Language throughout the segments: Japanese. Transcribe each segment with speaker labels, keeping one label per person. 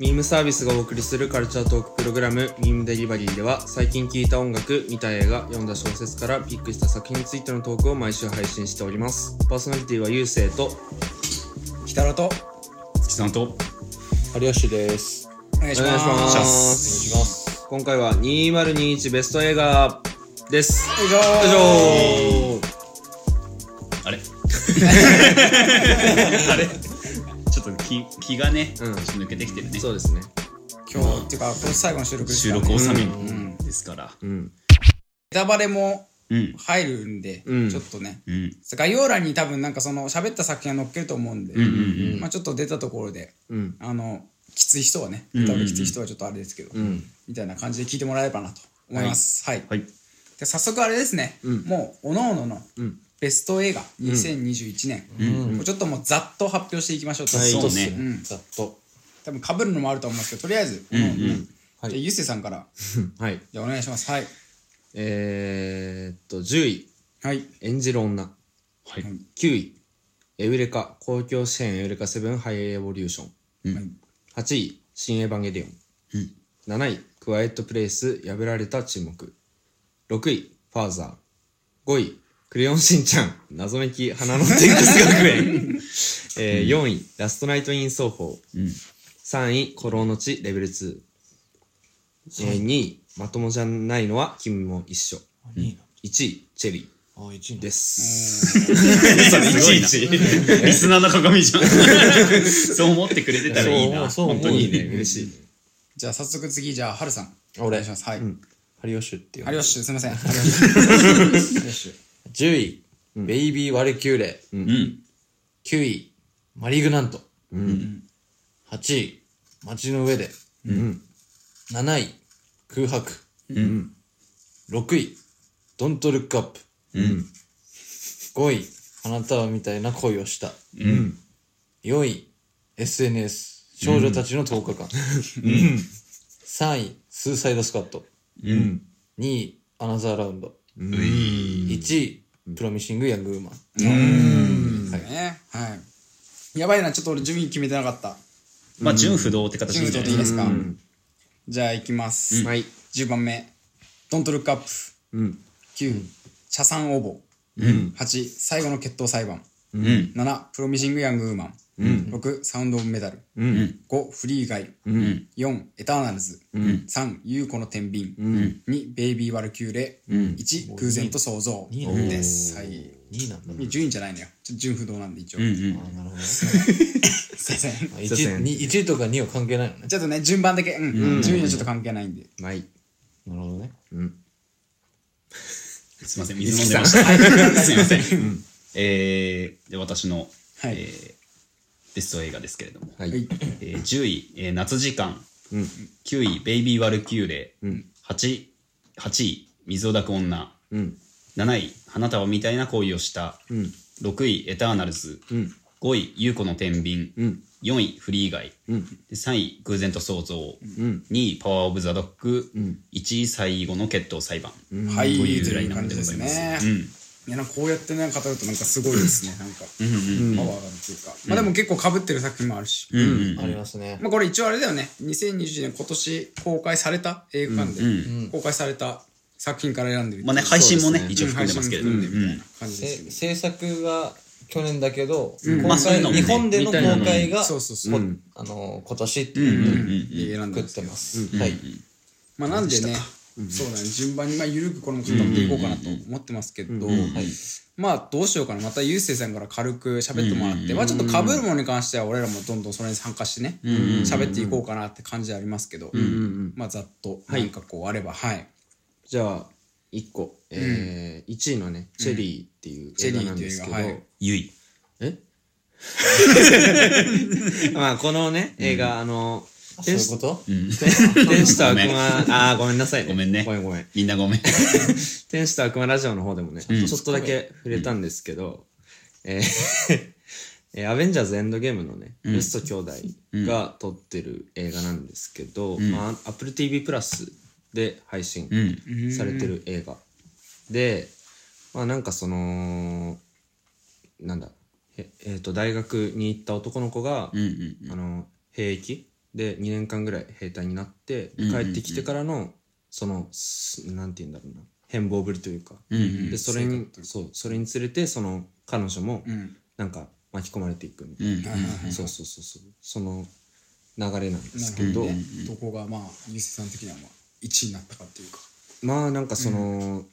Speaker 1: ミームサービスがお送りするカルチャートークプログラム「ミームデリバリー」では最近聴いた音楽見た映画読んだ小説からピックした作品についてのトークを毎週配信しておりますパーソナリティはゆうせいと
Speaker 2: 北野と
Speaker 3: 月さんと
Speaker 4: 有吉です。
Speaker 2: お願いし
Speaker 1: お願い
Speaker 2: ます。
Speaker 1: しま
Speaker 4: お願いします。
Speaker 1: 今回は2021ベスト映画です
Speaker 2: よいしょ
Speaker 1: よいし
Speaker 3: あれあれちょっと気気がね、
Speaker 1: うん
Speaker 3: ちょっと抜けてきてるね
Speaker 1: そうですね
Speaker 2: ょ今日っていうかこれ最後の収録です
Speaker 3: 収
Speaker 2: から、
Speaker 3: 録収め
Speaker 1: う
Speaker 3: ですから
Speaker 1: うん
Speaker 2: ネタバレも
Speaker 3: うん
Speaker 2: 入るんで、
Speaker 1: うん
Speaker 2: ちょっとね
Speaker 3: うん
Speaker 2: 概要欄に多分なんかその喋った作品は載っけると思うんで、
Speaker 3: うんうん
Speaker 2: まあ、ちょっと出たところで
Speaker 1: うん
Speaker 2: あのきつい人はね
Speaker 3: ん
Speaker 2: ネタバレきつい人はちょっとあれですけど、
Speaker 1: うん
Speaker 2: みたいな感じで聞いてもらえればなと思いますはい、
Speaker 3: はい
Speaker 2: で早速あれですね、
Speaker 1: うん
Speaker 2: もうおののの
Speaker 1: うん
Speaker 2: ベスト映画2021年、もうちょっともうざっと発表していきましょうと、
Speaker 1: はい
Speaker 3: そうね
Speaker 2: うん
Speaker 4: ざっと。
Speaker 2: 多分かぶるのもあると思うんですけどとりあえず、
Speaker 3: うん
Speaker 2: お
Speaker 3: う
Speaker 2: のおの
Speaker 3: ん
Speaker 2: じゃ
Speaker 4: はい
Speaker 2: あゆうせいさんから
Speaker 1: はい
Speaker 2: じゃあお願いしますはい
Speaker 1: えー、っと10位
Speaker 2: はい
Speaker 1: 「演じる女
Speaker 3: はい」
Speaker 1: 9位「エウレカ公共支援エウレカセブンハイエボリューション」
Speaker 2: はい
Speaker 1: 8位「新エヴァンゲリオン」7位「クワイエットプレイス破られた沈黙」6位「ファーザー」5位「クレヨンしんちゃん謎めき花の天カス学園」 えー4位「ラストナイト・イン奏法」
Speaker 3: うん
Speaker 1: 3位「古老の地レベル2」えー2位「まともじゃないのは君も一緒
Speaker 4: あいいな」
Speaker 1: 1位「チェリ
Speaker 4: あ、一位
Speaker 1: ー」
Speaker 4: で。
Speaker 1: ですす
Speaker 3: それいちいちリスナーの鏡じゃんそう思ってくれてたらいいな
Speaker 4: そう思
Speaker 3: 本
Speaker 4: う
Speaker 1: い
Speaker 3: 当に
Speaker 1: いね嬉しい
Speaker 2: じゃあ早速次じゃあはるさん
Speaker 4: 俺
Speaker 2: お願いしますはい、
Speaker 1: ん
Speaker 4: 有吉っていう。
Speaker 2: 有吉すいません
Speaker 4: 10位、ベイビー・ワルキューレ。
Speaker 3: うん
Speaker 4: 9位、マリグナント。
Speaker 1: うん
Speaker 4: 8位、街の上で。
Speaker 1: うん
Speaker 4: 7位、空白。
Speaker 3: うん
Speaker 4: 6位、ドント・ルック・アップ。
Speaker 3: うん
Speaker 4: 5位、あなたはみたいな恋をした。
Speaker 3: うん
Speaker 4: 4位、SNS。少女たちの10日間。3位、スーサイド・スカット。
Speaker 3: うん
Speaker 4: 2位、アナザーラウンド。
Speaker 3: うい
Speaker 4: 1位、プロミシング・ヤング・ウーマン。
Speaker 2: ねはいやばいなちょっと俺順位決めてなかった
Speaker 3: まあ純不動って形
Speaker 2: 順位
Speaker 3: にな
Speaker 2: 取ってい
Speaker 3: る
Speaker 2: いですかじゃあいきます、
Speaker 1: はい
Speaker 2: 10番目「ドントルックアップ
Speaker 1: うん」
Speaker 2: 9「茶さん応募」
Speaker 3: うん
Speaker 2: 8「最後の決闘裁判
Speaker 3: うん」
Speaker 2: 7「プロミシング・ヤング・ウーマン」6「サウンド・オブ・メダル」
Speaker 3: うん
Speaker 2: 5「フリー・ガイ」
Speaker 3: うん
Speaker 2: 4「エターナルズ」
Speaker 3: ん
Speaker 2: 3「ユーコの天秤」
Speaker 3: ん
Speaker 2: 2「ベイビー・ワルキューレ」
Speaker 3: ん
Speaker 2: 1「偶然と想像」
Speaker 4: いいね
Speaker 2: ですはい
Speaker 4: 2位なんだ。
Speaker 2: 順位じゃないのよちょっと順不動なんで一応、
Speaker 3: うんうん
Speaker 4: あなるほどね。
Speaker 2: すいません
Speaker 4: 1, 1位とか2位は関係ないのね。
Speaker 2: ちょっとね順番だけ、うん順位はちょっと関係ないんで
Speaker 1: はい
Speaker 4: なるほどね。
Speaker 3: すいません、水飲んでました。すいません。えーで、私の、
Speaker 2: はい
Speaker 3: えーベスト映画ですけれども、
Speaker 1: はい
Speaker 2: はい
Speaker 3: えー10位、えー夏時間、
Speaker 1: うん
Speaker 3: 9位、ベイビー・ワルキューレ、
Speaker 1: うん
Speaker 3: 8位、8位、水を抱く女、
Speaker 1: うん
Speaker 3: 7位、花束みたいな恋をした、
Speaker 1: うん
Speaker 3: 6位、エターナルズ、
Speaker 1: うん
Speaker 3: 5位、優子の天秤、
Speaker 1: うん
Speaker 3: 4位、フリー以外、
Speaker 1: うん
Speaker 3: で3位、偶然と想像、
Speaker 1: うん
Speaker 3: 2位、パワー・オブ・ザ・ドッグ、
Speaker 1: ん
Speaker 3: 1位、最後の決闘裁判。
Speaker 2: はい
Speaker 3: と
Speaker 2: と
Speaker 3: いうラ
Speaker 2: い
Speaker 3: イン
Speaker 2: う
Speaker 3: ナッ
Speaker 2: 感
Speaker 3: プ
Speaker 2: じで
Speaker 3: でござ
Speaker 2: す
Speaker 3: います。
Speaker 2: ね、
Speaker 3: うん
Speaker 2: いやなんかこうやってね語るとなんかすごいですねなんかパワーがあるっていうか、まあでも結構かぶってる作品もあるし、
Speaker 3: うんうん
Speaker 4: ありますね。
Speaker 2: まあこれ一応あれだよね2020年今年公開された映画館で、公開された作品から選んでる
Speaker 3: まあね、
Speaker 2: そう
Speaker 3: 配信もね、
Speaker 1: そうですね
Speaker 3: 一応含んでますけれども、
Speaker 2: うん
Speaker 3: ね
Speaker 2: 配信も含んでみたいな感じですよ
Speaker 4: せ
Speaker 2: ね
Speaker 4: 制作が去年だけど、
Speaker 3: ま
Speaker 4: 公
Speaker 3: あそういう
Speaker 4: 開
Speaker 3: のもね
Speaker 4: 日本での公開が、
Speaker 2: そうそうそう、
Speaker 4: こあの今年っていううん
Speaker 3: うんうん
Speaker 2: 選ん
Speaker 4: の
Speaker 2: で
Speaker 4: を
Speaker 2: ま
Speaker 4: 作
Speaker 2: す
Speaker 4: ってます。はい。
Speaker 2: まあなんでねそうだね順番にまあ緩くこれも語っていこうかなと思ってますけど、
Speaker 4: はい。
Speaker 2: まあどうしようかなまたゆうせいさんから軽く喋ってもらって、まあちょっとかぶるものに関しては俺らもどんどんそれに参加してね喋、っていこうかなって感じでありますけど、まあざっと何かこうあればはい、
Speaker 1: じゃあ1個、えー1位のね「チェリー」っていう映画なんですけど、
Speaker 2: チェリーっていう映
Speaker 3: ゆい。
Speaker 1: え まあこのね映画、あの
Speaker 4: そう
Speaker 1: 天
Speaker 4: いう
Speaker 1: 使
Speaker 4: こと
Speaker 1: 天使と悪
Speaker 3: ごめん
Speaker 1: 魔あーごめんなさい、
Speaker 3: ごめんね
Speaker 1: ごめんごめん
Speaker 3: みんなごめん。
Speaker 1: 天使と悪魔ラジオの方でもね、ちょっとだけ触れたんですけど、えー えーアベンジャーズエンドゲームのね、ルスト兄弟が撮ってる映画なんですけど、まあ、Apple TV プラスで配信
Speaker 3: ん
Speaker 1: されてる映画で、まあなんかその、なんだ、ええーと、大学に行った男の子が、
Speaker 3: うんうん
Speaker 1: あの兵役で2年間ぐらい兵隊になって
Speaker 3: うんうんうん
Speaker 1: 帰ってきてからのそのすなんて言うんだろうな変貌ぶりというか、
Speaker 3: うんうん
Speaker 1: でそれに
Speaker 2: 生活
Speaker 1: そうそれにつれてその彼女も
Speaker 2: うん
Speaker 1: なんか巻き込まれていくみたい
Speaker 3: うんうん
Speaker 2: はいはいはい
Speaker 1: な、そうそうそうそうその流れなんですけ
Speaker 2: なる
Speaker 1: ど、
Speaker 2: ほどねどこがまあユースさん的にはまあ1位になったかっていうか
Speaker 1: まあなんかその、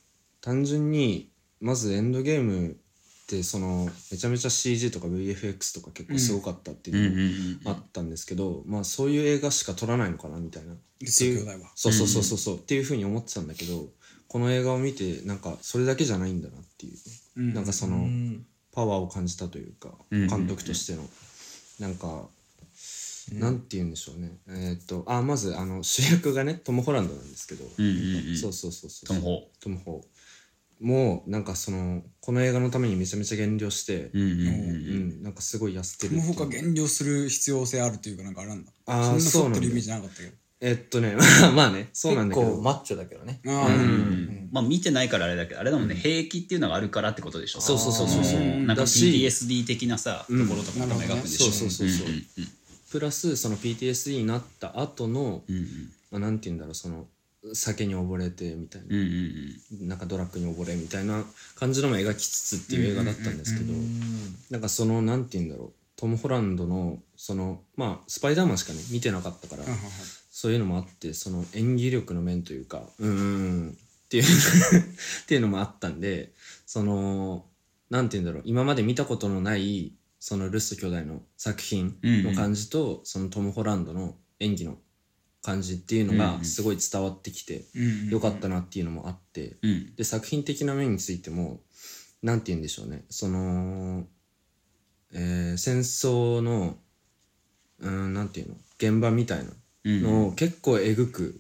Speaker 1: 単純にまずエンドゲームってそのめちゃめちゃ CG とか VFX とか結構すごかったっていううの
Speaker 3: ん
Speaker 1: が
Speaker 3: うんうん
Speaker 1: あったんですけど、まあそういう映画しか撮らないのかなみたいな
Speaker 2: で
Speaker 1: っていう
Speaker 2: 作業代は
Speaker 1: そうそうそうそうそう、っていうふうに思ってたんだけどこの映画を見てなんかそれだけじゃないんだなっていう、
Speaker 2: うん
Speaker 1: なんかそのパワーを感じたというか、
Speaker 3: うん
Speaker 1: 監督としてのなんか、なんて言うんでしょうねえーっとあまずあの主役がねトム・ホランドなんですけど、
Speaker 3: うんうんうん
Speaker 1: そうそうそうそう
Speaker 3: トムホ
Speaker 1: トム・ホーもうなんかそのこの映画のためにめちゃめちゃ減量して、
Speaker 3: うんうんうん
Speaker 1: うんなんかすごい痩せてる
Speaker 2: そ
Speaker 1: ってい
Speaker 2: の
Speaker 1: う
Speaker 2: 他減量する必要性あるというかなんかあれなんだ
Speaker 1: あー
Speaker 2: そんな
Speaker 1: そうな
Speaker 2: 太っ
Speaker 1: んだ
Speaker 2: てるイメージなかったけど
Speaker 1: えっとね まあねそうなん
Speaker 4: 結
Speaker 1: だけど
Speaker 4: 構マッチョだけどね。
Speaker 2: ああ、
Speaker 3: うんまあ見てないからあれだけどあれだもんね兵役っていうのがあるからってことでしょ
Speaker 1: そうそうそう
Speaker 2: そう
Speaker 3: の
Speaker 1: うん
Speaker 3: なんか
Speaker 1: だし
Speaker 3: PTSD 的なさと
Speaker 1: うん
Speaker 3: ころとかも描くんでしょ
Speaker 1: そうそうそうそう、
Speaker 3: んうん
Speaker 1: プラスその PTSD になった後の、
Speaker 3: うん
Speaker 1: まあ、なんて言うんだろうその酒に溺れてみたい
Speaker 3: うんう
Speaker 1: な、
Speaker 3: んうん
Speaker 1: なんかドラッグに溺れみたいな感じのも描きつつっていう映画だったんですけど、なんかそのなんて言うんだろうトム・ホランドのそのまあスパイダーマンしかね見てなかったから、
Speaker 2: うんうんうん
Speaker 1: そういうのもあってその演技力の面というかうーんっていう っていうのもあったんでそのなんて言うんだろう今まで見たことのないそのルスト兄弟の作品の感じと、そのトム・ホランドの演技の感じっていうの
Speaker 3: うんう
Speaker 1: が
Speaker 3: ん
Speaker 1: すごい伝わってきて
Speaker 2: うん
Speaker 1: よかったなっていうのもあって、
Speaker 3: うん
Speaker 1: で作品的な面についてもなんて言うんでしょうねその、えー戦争のうーんなんていうの現場みたいな
Speaker 3: うん
Speaker 1: のを結構えぐく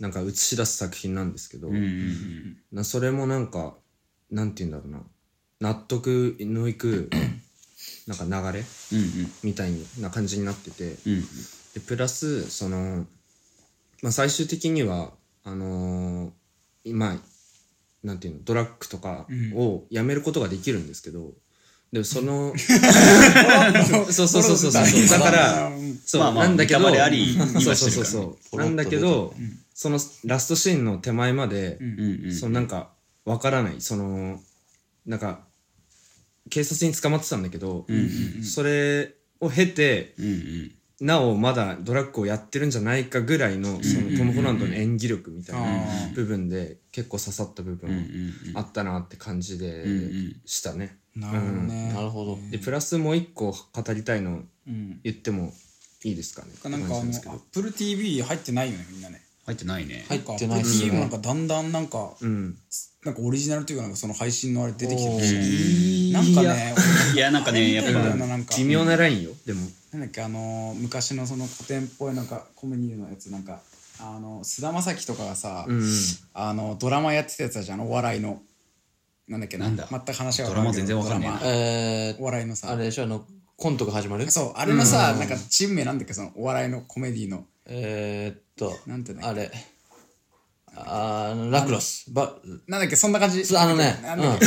Speaker 1: なんか映し出す作品なんですけど、
Speaker 3: うんうん
Speaker 1: なそれもなんかなんて言うんだろうな納得のいくなんか流れ
Speaker 3: うん
Speaker 1: みたいな感じになってて
Speaker 3: うんうん
Speaker 1: でプラスその、まあ、最終的にはあのー今なんていうのドラッグとかをやめることができるんですけど、でもその そうそうそうそうそうだから
Speaker 2: うん
Speaker 1: そう、
Speaker 3: まあまあ
Speaker 1: なんだけど
Speaker 3: ネタバレあり
Speaker 1: うん
Speaker 3: 今し
Speaker 1: そう
Speaker 3: てる
Speaker 1: そうそうそうなんだけど、そのラストシーンの手前まで、
Speaker 2: ん
Speaker 3: うんうん
Speaker 1: そのなんかわからないそのなんか警察に捕まってたんだけど、それを経て
Speaker 3: うんうん
Speaker 1: なおまだドラッグをやってるんじゃないかぐらいのそのトム・ホランドの演技力みたいな
Speaker 2: あ
Speaker 1: 部分で結構刺さった部
Speaker 3: うんう
Speaker 1: 分
Speaker 3: ん
Speaker 1: あったなって感じで
Speaker 3: うんうん
Speaker 1: したね。
Speaker 2: あなるほどね、
Speaker 4: なるほど。
Speaker 1: でプラスもう一個語りたいの
Speaker 2: うん
Speaker 1: 言ってもいいですかね。
Speaker 2: なんかあの
Speaker 1: っ
Speaker 2: ア
Speaker 1: て感じなん
Speaker 2: ッ
Speaker 1: です
Speaker 2: プル TV 入ってないよねみんなね
Speaker 3: 入ってないね
Speaker 4: 入ってない
Speaker 2: っ
Speaker 4: っ
Speaker 2: す
Speaker 4: すね
Speaker 2: もなんかだんだんなんか、
Speaker 1: けどうん
Speaker 2: なんかオリジナルというかなんかその配信のあれ出てきて
Speaker 4: お
Speaker 1: ー
Speaker 2: るしなんかね
Speaker 3: いやなんかねやっ
Speaker 2: 俺
Speaker 3: ぱ
Speaker 2: なんだなんか
Speaker 1: 微妙なラインよでも
Speaker 2: なんだっけあのー昔のその古典っぽいなんかコメディのやつなんかあの菅田将暉とかがさ、
Speaker 1: うん
Speaker 2: あのドラマやってたやつだじゃんあのお笑いのなんだっけな
Speaker 3: なんだ
Speaker 2: 全く話が
Speaker 3: ドラマ全然わかんねえな
Speaker 2: ドラマ
Speaker 4: え
Speaker 2: お
Speaker 4: ー、
Speaker 2: 笑いのさ
Speaker 4: あれでしょ、あの、コントが始まる
Speaker 2: そうあれのさ、なんかチーム名なんだっけそのお笑いのコメディの
Speaker 4: えー、っと、
Speaker 2: なんていうんだ
Speaker 4: あ
Speaker 2: っけ
Speaker 4: れ、あーラクロス。ば
Speaker 2: なんだっけそんな感じ
Speaker 4: そうあのね
Speaker 2: なんだっけ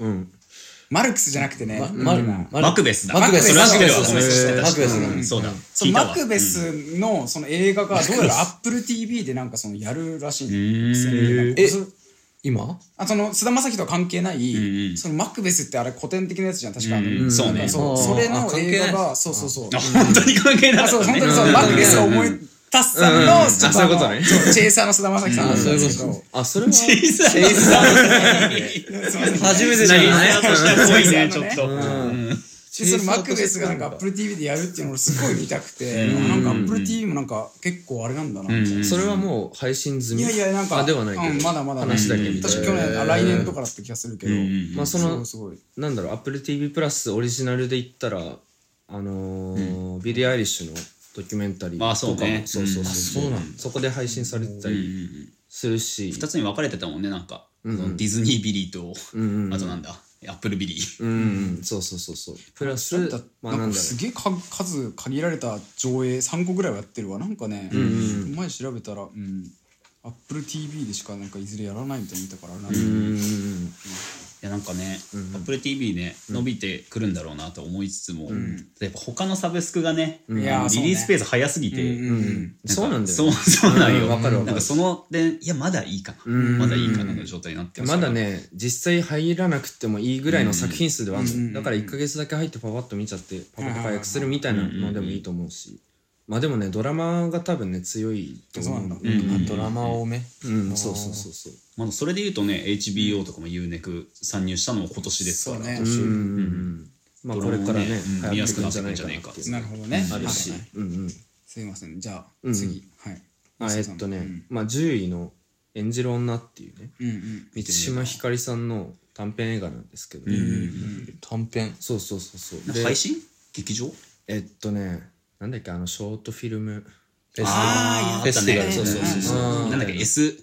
Speaker 1: うん
Speaker 2: マルクスじゃなくてね、
Speaker 4: ままま
Speaker 3: マクベスだ
Speaker 4: マクベス。
Speaker 3: それは知ってるわ
Speaker 4: マクベス
Speaker 3: ごめん
Speaker 4: マ
Speaker 3: う。
Speaker 4: クベス
Speaker 3: んそうだ
Speaker 2: そう
Speaker 3: 聞いた
Speaker 2: マ
Speaker 3: わ
Speaker 2: クベスのその映画がどうやら AppleTV でなんかそのやるらしいんですよねなんか
Speaker 4: え、今
Speaker 2: あその菅田将暉とは関係ない、
Speaker 3: んうん
Speaker 2: そのマクベスってあれ古典的なやつじゃん確か、
Speaker 3: うんうんそうね
Speaker 2: そうそれの映画がそうそうそう
Speaker 3: あ本当に関係な
Speaker 2: あ
Speaker 3: か
Speaker 2: そう
Speaker 3: った
Speaker 2: 本
Speaker 3: ね
Speaker 2: 当にそうマクベスを思い出すさんの、
Speaker 1: うん
Speaker 2: ちょっ
Speaker 1: あそういうこと
Speaker 2: あの
Speaker 1: ね
Speaker 2: そうチェイサーの菅田将暉さんなんですけど、
Speaker 1: あそれは
Speaker 3: 小さい
Speaker 4: 初めてじゃ
Speaker 3: 成
Speaker 4: ない
Speaker 3: 沢としては濃いねちょっと
Speaker 2: でそのマクベスがなんか AppleTV でやるっていうのを俺すごい見たくて、なんか AppleTV もなんか結構あれなんだなみたいな、
Speaker 1: それはもう配信済
Speaker 2: い
Speaker 1: み
Speaker 2: やいやなんか
Speaker 1: あではないけど、
Speaker 2: うん、まだまだ
Speaker 1: 話だけ見て
Speaker 2: 確か去年あ来年とかだった気がするけど、
Speaker 1: まあその
Speaker 2: すごいす
Speaker 1: なんだろう AppleTV プラスオリジナルで言ったらあのービリー・アイリッシュのドキュメンタリーとか
Speaker 3: ま
Speaker 1: も
Speaker 3: あそうね
Speaker 1: そうそうそう,、
Speaker 4: うんあそうな
Speaker 1: そこで配信されてたりするし、
Speaker 3: 二つに分かれてたもんねなんかそのディズニービリーと
Speaker 1: んうん
Speaker 3: あとなんだアップルビリー
Speaker 1: うん、うん、そうそうそうそうプラス
Speaker 2: なんか
Speaker 1: まあなんだろう
Speaker 2: すげえか数限られた上映3個ぐらいはやってるわなんかね、うまい調べたら、うん、 Apple TV でしかなんかいずれやらないみたいに言ったからな
Speaker 1: うん
Speaker 3: やなんかね、Apple TV ね、伸びてくるんだろうなと思いつつも、やっぱ他のサブスクがね、
Speaker 2: ん
Speaker 3: リリ
Speaker 2: いやーそうね
Speaker 3: ースペース早すぎて、
Speaker 2: うんうん
Speaker 1: そうなんだよ
Speaker 3: そう、そうなんよ。
Speaker 1: うんわかるわかる
Speaker 3: なんかそので、いや、まだいいかな。
Speaker 1: ん
Speaker 3: まだいいかなの状態になってす
Speaker 1: まだ。ね実際入らなくてもいいぐらいの作品数ではあるのよ
Speaker 2: うん
Speaker 1: だから1ヶ月だけ入ってパパッと見ちゃってパパッと解約するみたいなのでもいいと思うしまあでもねドラマが多分ね強いと思うんだ
Speaker 2: そうな
Speaker 3: うん
Speaker 4: ドラマ多め。
Speaker 1: うんそうそうそうそう
Speaker 3: まあ、それで言うとね、HBO とかも UNEC 参入したのも今年ですか
Speaker 2: そ
Speaker 3: ら。
Speaker 2: うね
Speaker 1: うんうんうんまあこれからね
Speaker 3: うん
Speaker 1: 流行ってくんじゃないかなっていう
Speaker 2: なるほどね
Speaker 1: あるし
Speaker 2: はいはい
Speaker 1: うんうん
Speaker 2: すいませんじゃ
Speaker 1: う
Speaker 2: あ
Speaker 1: ん
Speaker 2: 次はい
Speaker 1: あえっとねまあ10位の「演じる女」っていうね
Speaker 2: うんうん
Speaker 1: 満島ひかりさんの短編映画なんですけど
Speaker 4: 短編。
Speaker 1: そうそうそうそうで
Speaker 3: 配信劇場
Speaker 1: えっとねなんだっけあのショートフィルム
Speaker 3: ああ、
Speaker 1: フ
Speaker 3: や
Speaker 1: ェ
Speaker 3: った
Speaker 1: スティバ
Speaker 3: ね。
Speaker 1: ルそうそうそうそう
Speaker 3: うんなんだっけ、S、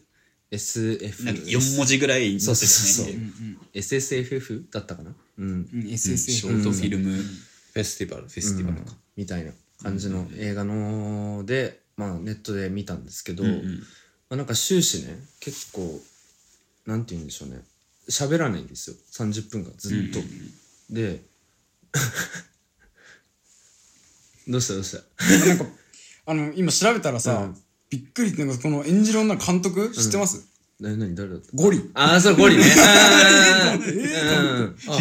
Speaker 1: SF
Speaker 3: なんか4文字ぐらいに
Speaker 1: そ
Speaker 3: な
Speaker 1: う
Speaker 3: って
Speaker 1: そうそ
Speaker 3: る
Speaker 1: うそ
Speaker 3: ね
Speaker 1: う SSFF だったかなうん
Speaker 2: うん
Speaker 3: ショ
Speaker 2: SSF
Speaker 3: ートフィルムフ
Speaker 4: フェスティバル。フェ
Speaker 3: ェスティバル か。
Speaker 1: みたいな感じの映画のでまあネットで見たんですけどまあなんか終始ね結構なんて言うんでしょうね喋らないんですよ30分間ずっとで どうしたどうした
Speaker 2: なんかあの今調べたらさびっくりってなんかこの演じる女監督知ってます
Speaker 1: 何何誰だった
Speaker 2: ゴリ
Speaker 1: ああ そうゴリねあーう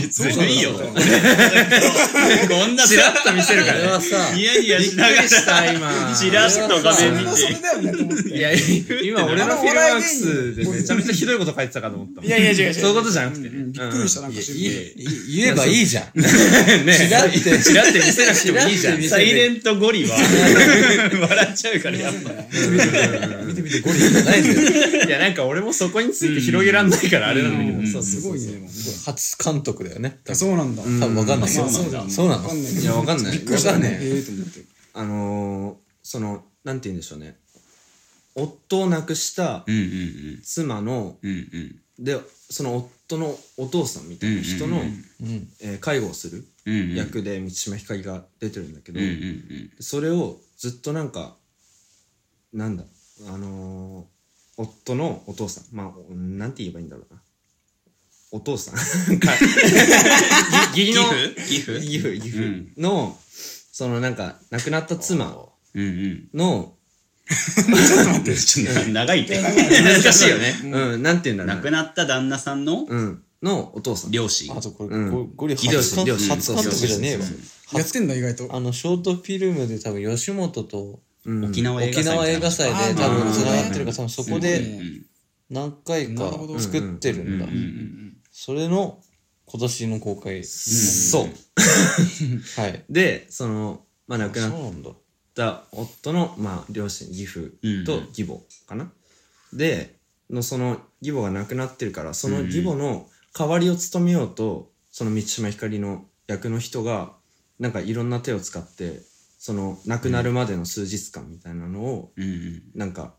Speaker 1: ん
Speaker 3: ずるいよ。こんなさ、
Speaker 1: ちょっと見せるか
Speaker 4: あれ
Speaker 1: ら
Speaker 4: は
Speaker 1: ね
Speaker 4: さ、
Speaker 3: ニヤニヤしなが
Speaker 1: びっく
Speaker 3: ら
Speaker 1: りした今
Speaker 3: チラシと画
Speaker 2: それ
Speaker 3: 面
Speaker 2: も
Speaker 3: 見
Speaker 2: そ
Speaker 3: て
Speaker 2: れ。だよねと思って
Speaker 1: いや、今俺のフィルマークスでめちゃめちゃひどいこと書いてたかと思ったもん。
Speaker 2: いやいや違う違う
Speaker 1: そういうことじゃなくてね。
Speaker 2: びっくりしたなんか知
Speaker 4: い
Speaker 2: る
Speaker 4: い言えばいい じゃん。
Speaker 1: ね
Speaker 4: ちらって
Speaker 1: ちらって見せなくてもいいじゃん。
Speaker 3: サイレントゴリは笑っちゃうからやっぱ
Speaker 4: 見て見て、ゴリラじゃないぜ。
Speaker 1: いや、なんか俺もそこについて広げらんないからあれなんだけ
Speaker 3: う
Speaker 1: ど。
Speaker 3: ん
Speaker 1: そうそう
Speaker 2: す
Speaker 1: そ
Speaker 2: ご
Speaker 1: う
Speaker 2: いねでも
Speaker 4: 初監督だよね。多
Speaker 2: あ
Speaker 4: 分
Speaker 2: そうなんだ
Speaker 4: 多分わかんない
Speaker 2: まあ
Speaker 4: そう
Speaker 2: だよね
Speaker 4: そうなの
Speaker 2: わかんない
Speaker 1: いや、わかんない。
Speaker 2: びっくりしたね
Speaker 1: なんか
Speaker 2: ええと思って
Speaker 1: あのー、その、なんて言うんでしょうね。夫を亡くした
Speaker 3: うんうん
Speaker 1: 妻の、
Speaker 3: うんうんうん
Speaker 1: で、その夫のお父さんみたいな人
Speaker 3: う
Speaker 1: の
Speaker 3: んうんう
Speaker 4: うん。
Speaker 1: えー介護をする
Speaker 3: うんうん
Speaker 1: 役で満島ひかりが出てるんだけど
Speaker 3: うんう、ん
Speaker 1: それをずっとなんかなんだあのー夫のお父さんまあおなんて言えばいいんだろうなお父 さんか義義理の
Speaker 3: 岐阜
Speaker 1: 義父義父
Speaker 3: うん
Speaker 1: のそのなんか亡くなった妻
Speaker 3: うん うん
Speaker 1: の、
Speaker 3: ちょっと長いって 難しいよね
Speaker 1: うんなんて言うんだろ
Speaker 3: 亡
Speaker 1: う
Speaker 3: く
Speaker 1: な、
Speaker 3: なった旦那さんの
Speaker 1: うん、のお父さん
Speaker 3: 両親
Speaker 4: あとこれ、
Speaker 1: うん
Speaker 4: ゴゴリ
Speaker 1: 両親
Speaker 4: 初監
Speaker 1: 両
Speaker 4: 督
Speaker 1: 親
Speaker 4: 初監督じゃねえわ
Speaker 1: そう。
Speaker 2: やってんだ意外と
Speaker 4: あの、ショートフィルムで多分吉本と
Speaker 1: うん
Speaker 3: 沖縄映画
Speaker 4: 沖
Speaker 3: 祭
Speaker 4: 縄映画祭
Speaker 2: あー
Speaker 4: で多
Speaker 2: なる
Speaker 4: 分
Speaker 2: ほど
Speaker 4: 繋
Speaker 2: ね
Speaker 4: がってるから、多分そこ
Speaker 2: すごい
Speaker 4: で
Speaker 2: ね
Speaker 4: 何回か
Speaker 2: なるほど
Speaker 4: 作ってるんだ
Speaker 3: うんうんうんう。
Speaker 4: それの今年の公開。
Speaker 1: そう
Speaker 4: はい。
Speaker 1: でそのまあ亡く
Speaker 4: そ
Speaker 1: な
Speaker 4: う
Speaker 1: っ
Speaker 4: なんだ。
Speaker 1: った夫の、まあ、両親義父
Speaker 3: う
Speaker 1: と
Speaker 3: んうん
Speaker 1: 義母かな、でのその義母が亡くなってるからその義母の代わりを務めようとその満島ひかりの役の人がなんかいろんな手を使ってその亡くなるまでの数日間みたいなのを
Speaker 3: うんうん
Speaker 1: なんか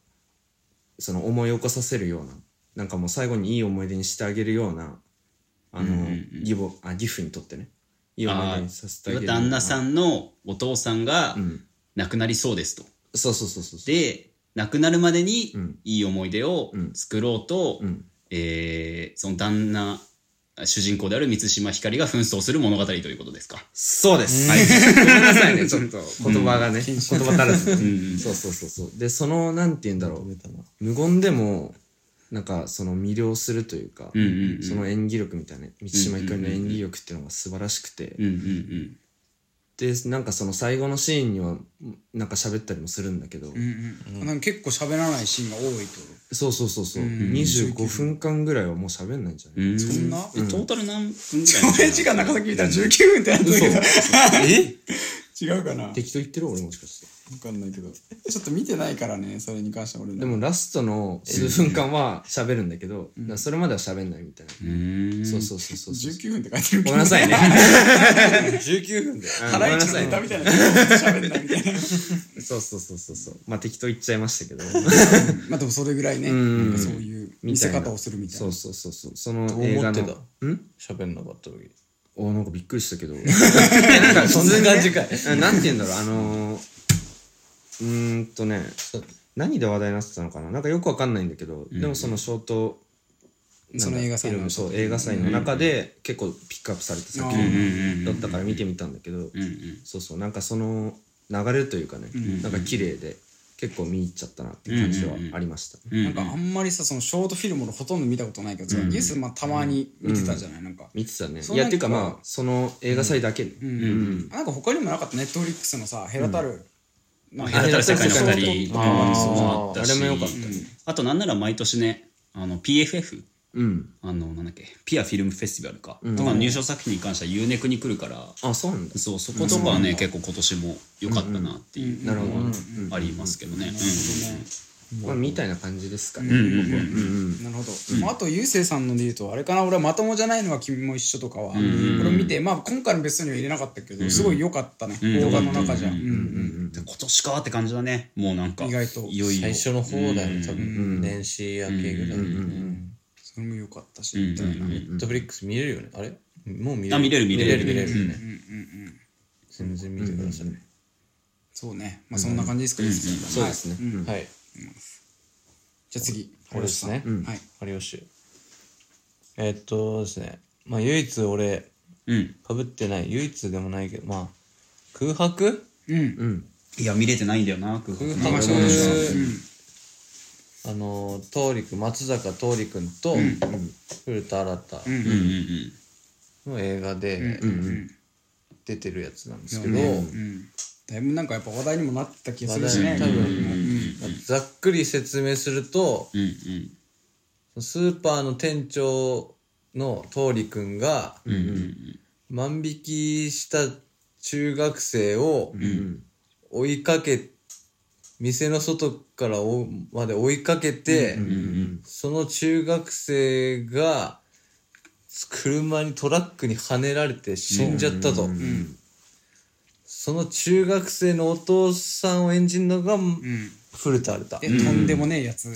Speaker 1: その思い起こさせるようななんかもう最後にいい思い出にしてあげるようなあの、
Speaker 3: うんうんうん
Speaker 1: 義母あ義父にとってねいい思い出にさせてあげるような
Speaker 3: 旦那さんのお父さんが
Speaker 1: うん
Speaker 3: 亡くなりそうですと
Speaker 1: そうそうそうそうそう
Speaker 3: で亡くなるまでに
Speaker 1: うん
Speaker 3: いい思い出を作ろうと、
Speaker 1: うん
Speaker 3: えーその旦那主人公である満島ひかりが紛争する物語ということですか。
Speaker 1: そうです。ごめんなさ いね、ちょっと言葉がね、言葉足らず。
Speaker 3: ん
Speaker 1: そうそうそうそう。で、その、なんて言うんだろ
Speaker 4: 食
Speaker 1: う
Speaker 4: べ、たな
Speaker 1: 無言でも、なんか、その魅了するというか、
Speaker 3: うんうんうん
Speaker 1: その演技力みたいな、満島ひかりの演技力っていうのが素晴らしくて、
Speaker 3: うんうんうん
Speaker 1: で、なんかその最後のシーンには、なんか喋ったりもするんだけど、
Speaker 2: うんうんなんか結構喋らないシーンが多いと
Speaker 1: そうそうそうそう、
Speaker 2: ん
Speaker 1: 25分間ぐらいはもう喋んないんじゃない、
Speaker 3: うん
Speaker 2: そんな
Speaker 3: えトータル何分ぐらい
Speaker 2: 俺時間中崎見たら19分ってなってるけど 違うかなわ
Speaker 1: 適当言ってる俺もしかして。
Speaker 2: かんないけどちょっと見てないからねそれに関しては俺
Speaker 1: でもラストの数分間は喋るんだけど、だからそれまでは喋んないみたいな。
Speaker 3: うん
Speaker 1: そうそうそうそうそう。
Speaker 2: 19分って書いてる
Speaker 1: ご
Speaker 2: けど
Speaker 1: めんなさい ね。
Speaker 4: 19分で。
Speaker 1: ご
Speaker 2: 腹
Speaker 1: めん
Speaker 2: 一
Speaker 1: なさ
Speaker 2: の
Speaker 1: い
Speaker 2: ネタ
Speaker 1: ね。
Speaker 2: みたいな喋んないみたいな
Speaker 1: そうそうそうそうそう。まあ適当言っちゃいましたけ ど。
Speaker 2: まあでもそれぐらいね
Speaker 1: ん
Speaker 2: なんかそういう見せ方をするみたい
Speaker 1: そ
Speaker 2: な
Speaker 1: うそうそうそう。その
Speaker 4: どう
Speaker 1: 映
Speaker 4: 思
Speaker 1: 画
Speaker 4: って
Speaker 1: の。
Speaker 4: た
Speaker 1: ん
Speaker 4: 喋んなかった時。
Speaker 1: おなんかびっくりしたけど。なん かそんな
Speaker 4: 感じかい
Speaker 1: い。なんて言うんだろうあのーうーんとね何で話題になってたのかななんかよくわかんないんだけど、でもそのショート
Speaker 2: その映画祭の
Speaker 1: のそう映画祭の中で結構ピックアップされた作
Speaker 2: うん
Speaker 3: うんうんうん
Speaker 1: 品だったから見てみたんだけど、
Speaker 3: うんうん
Speaker 1: そうそうなんかその流れというかね、なんか綺麗で結構見入っちゃったなっていう感じはありました、
Speaker 3: うん
Speaker 2: なんかあんまりさそのショートフィルムのほとんど見たことないけどさ、ニュースまあたまに見てたじゃない、なんか、
Speaker 1: 見てたね
Speaker 2: そう
Speaker 1: いやっていうか
Speaker 2: なんか
Speaker 1: まあその映画祭だけね、
Speaker 2: うんあなんか他にもなかったネットフリックスのさ「ヘラタル」なん
Speaker 3: あ
Speaker 2: か
Speaker 3: れだったら世界の
Speaker 2: ショ
Speaker 3: 二
Speaker 2: ート
Speaker 3: 人
Speaker 2: と
Speaker 3: と
Speaker 2: か
Speaker 3: か
Speaker 2: もあ
Speaker 3: も
Speaker 2: りそう
Speaker 3: そうだったし
Speaker 1: あれも良かったね
Speaker 3: あとなんなら毎年ねあの PFF
Speaker 1: うん
Speaker 3: あのなんだっけピアフィルムフェスティバルか、とかの入賞作品に関しては U ネクに来るから
Speaker 1: あそうなんだ
Speaker 3: そうそことかはね結構今年も良かったなっていうのはありますけどね。
Speaker 1: まあみたいな感じですかね、
Speaker 3: うんうんうん
Speaker 2: なるほど、まあ、あとゆうせいさんので言うとあれかな俺はまともじゃないのは君も一緒とかは、これ見てまあ今回のベストには入れなかったけど、すごい良かったね動画の中じゃ、うん
Speaker 3: で今年かって感じだねもうなんか
Speaker 2: 意外と
Speaker 3: いよいよ
Speaker 4: 最初の方だよね多分年始明けぐらいうん
Speaker 2: それも良かったし、
Speaker 3: うんうん
Speaker 4: ネットフリックス見れるよねあれもう見れる
Speaker 3: あ見れる見れる
Speaker 4: 見れる見れるね全然見てください
Speaker 2: そうねまあそんな感じですかね、
Speaker 1: そうですね、うん
Speaker 4: はい
Speaker 2: じゃあ次
Speaker 4: これですね
Speaker 2: うんはい
Speaker 4: 有吉えっとですねまあ唯一俺
Speaker 3: うん
Speaker 4: かぶってない唯一でもないけどまあ空白
Speaker 2: うん
Speaker 3: いや見れてないんだよな空白
Speaker 4: 空
Speaker 2: まあ
Speaker 4: 白
Speaker 2: そうです
Speaker 4: あの桃李君松坂桃李君と古田新太
Speaker 3: うんうんうん
Speaker 4: の映画で出てるやつなんですけど
Speaker 2: うんだいぶなんかやっぱ話題にもなった気が
Speaker 4: 話
Speaker 2: するし
Speaker 4: 題
Speaker 2: ね
Speaker 4: に多分まあざっくり説明すると
Speaker 3: うんうん
Speaker 4: スーパーの店長の桃李君が万引きした中学生を追いかけ店の外からおまで追いかけてその中学生が車にトラックにはねられて死んじゃったと。その中学生のお父さんを演じるのが
Speaker 2: うん
Speaker 4: 古田新太
Speaker 2: でとんでもねえやつ、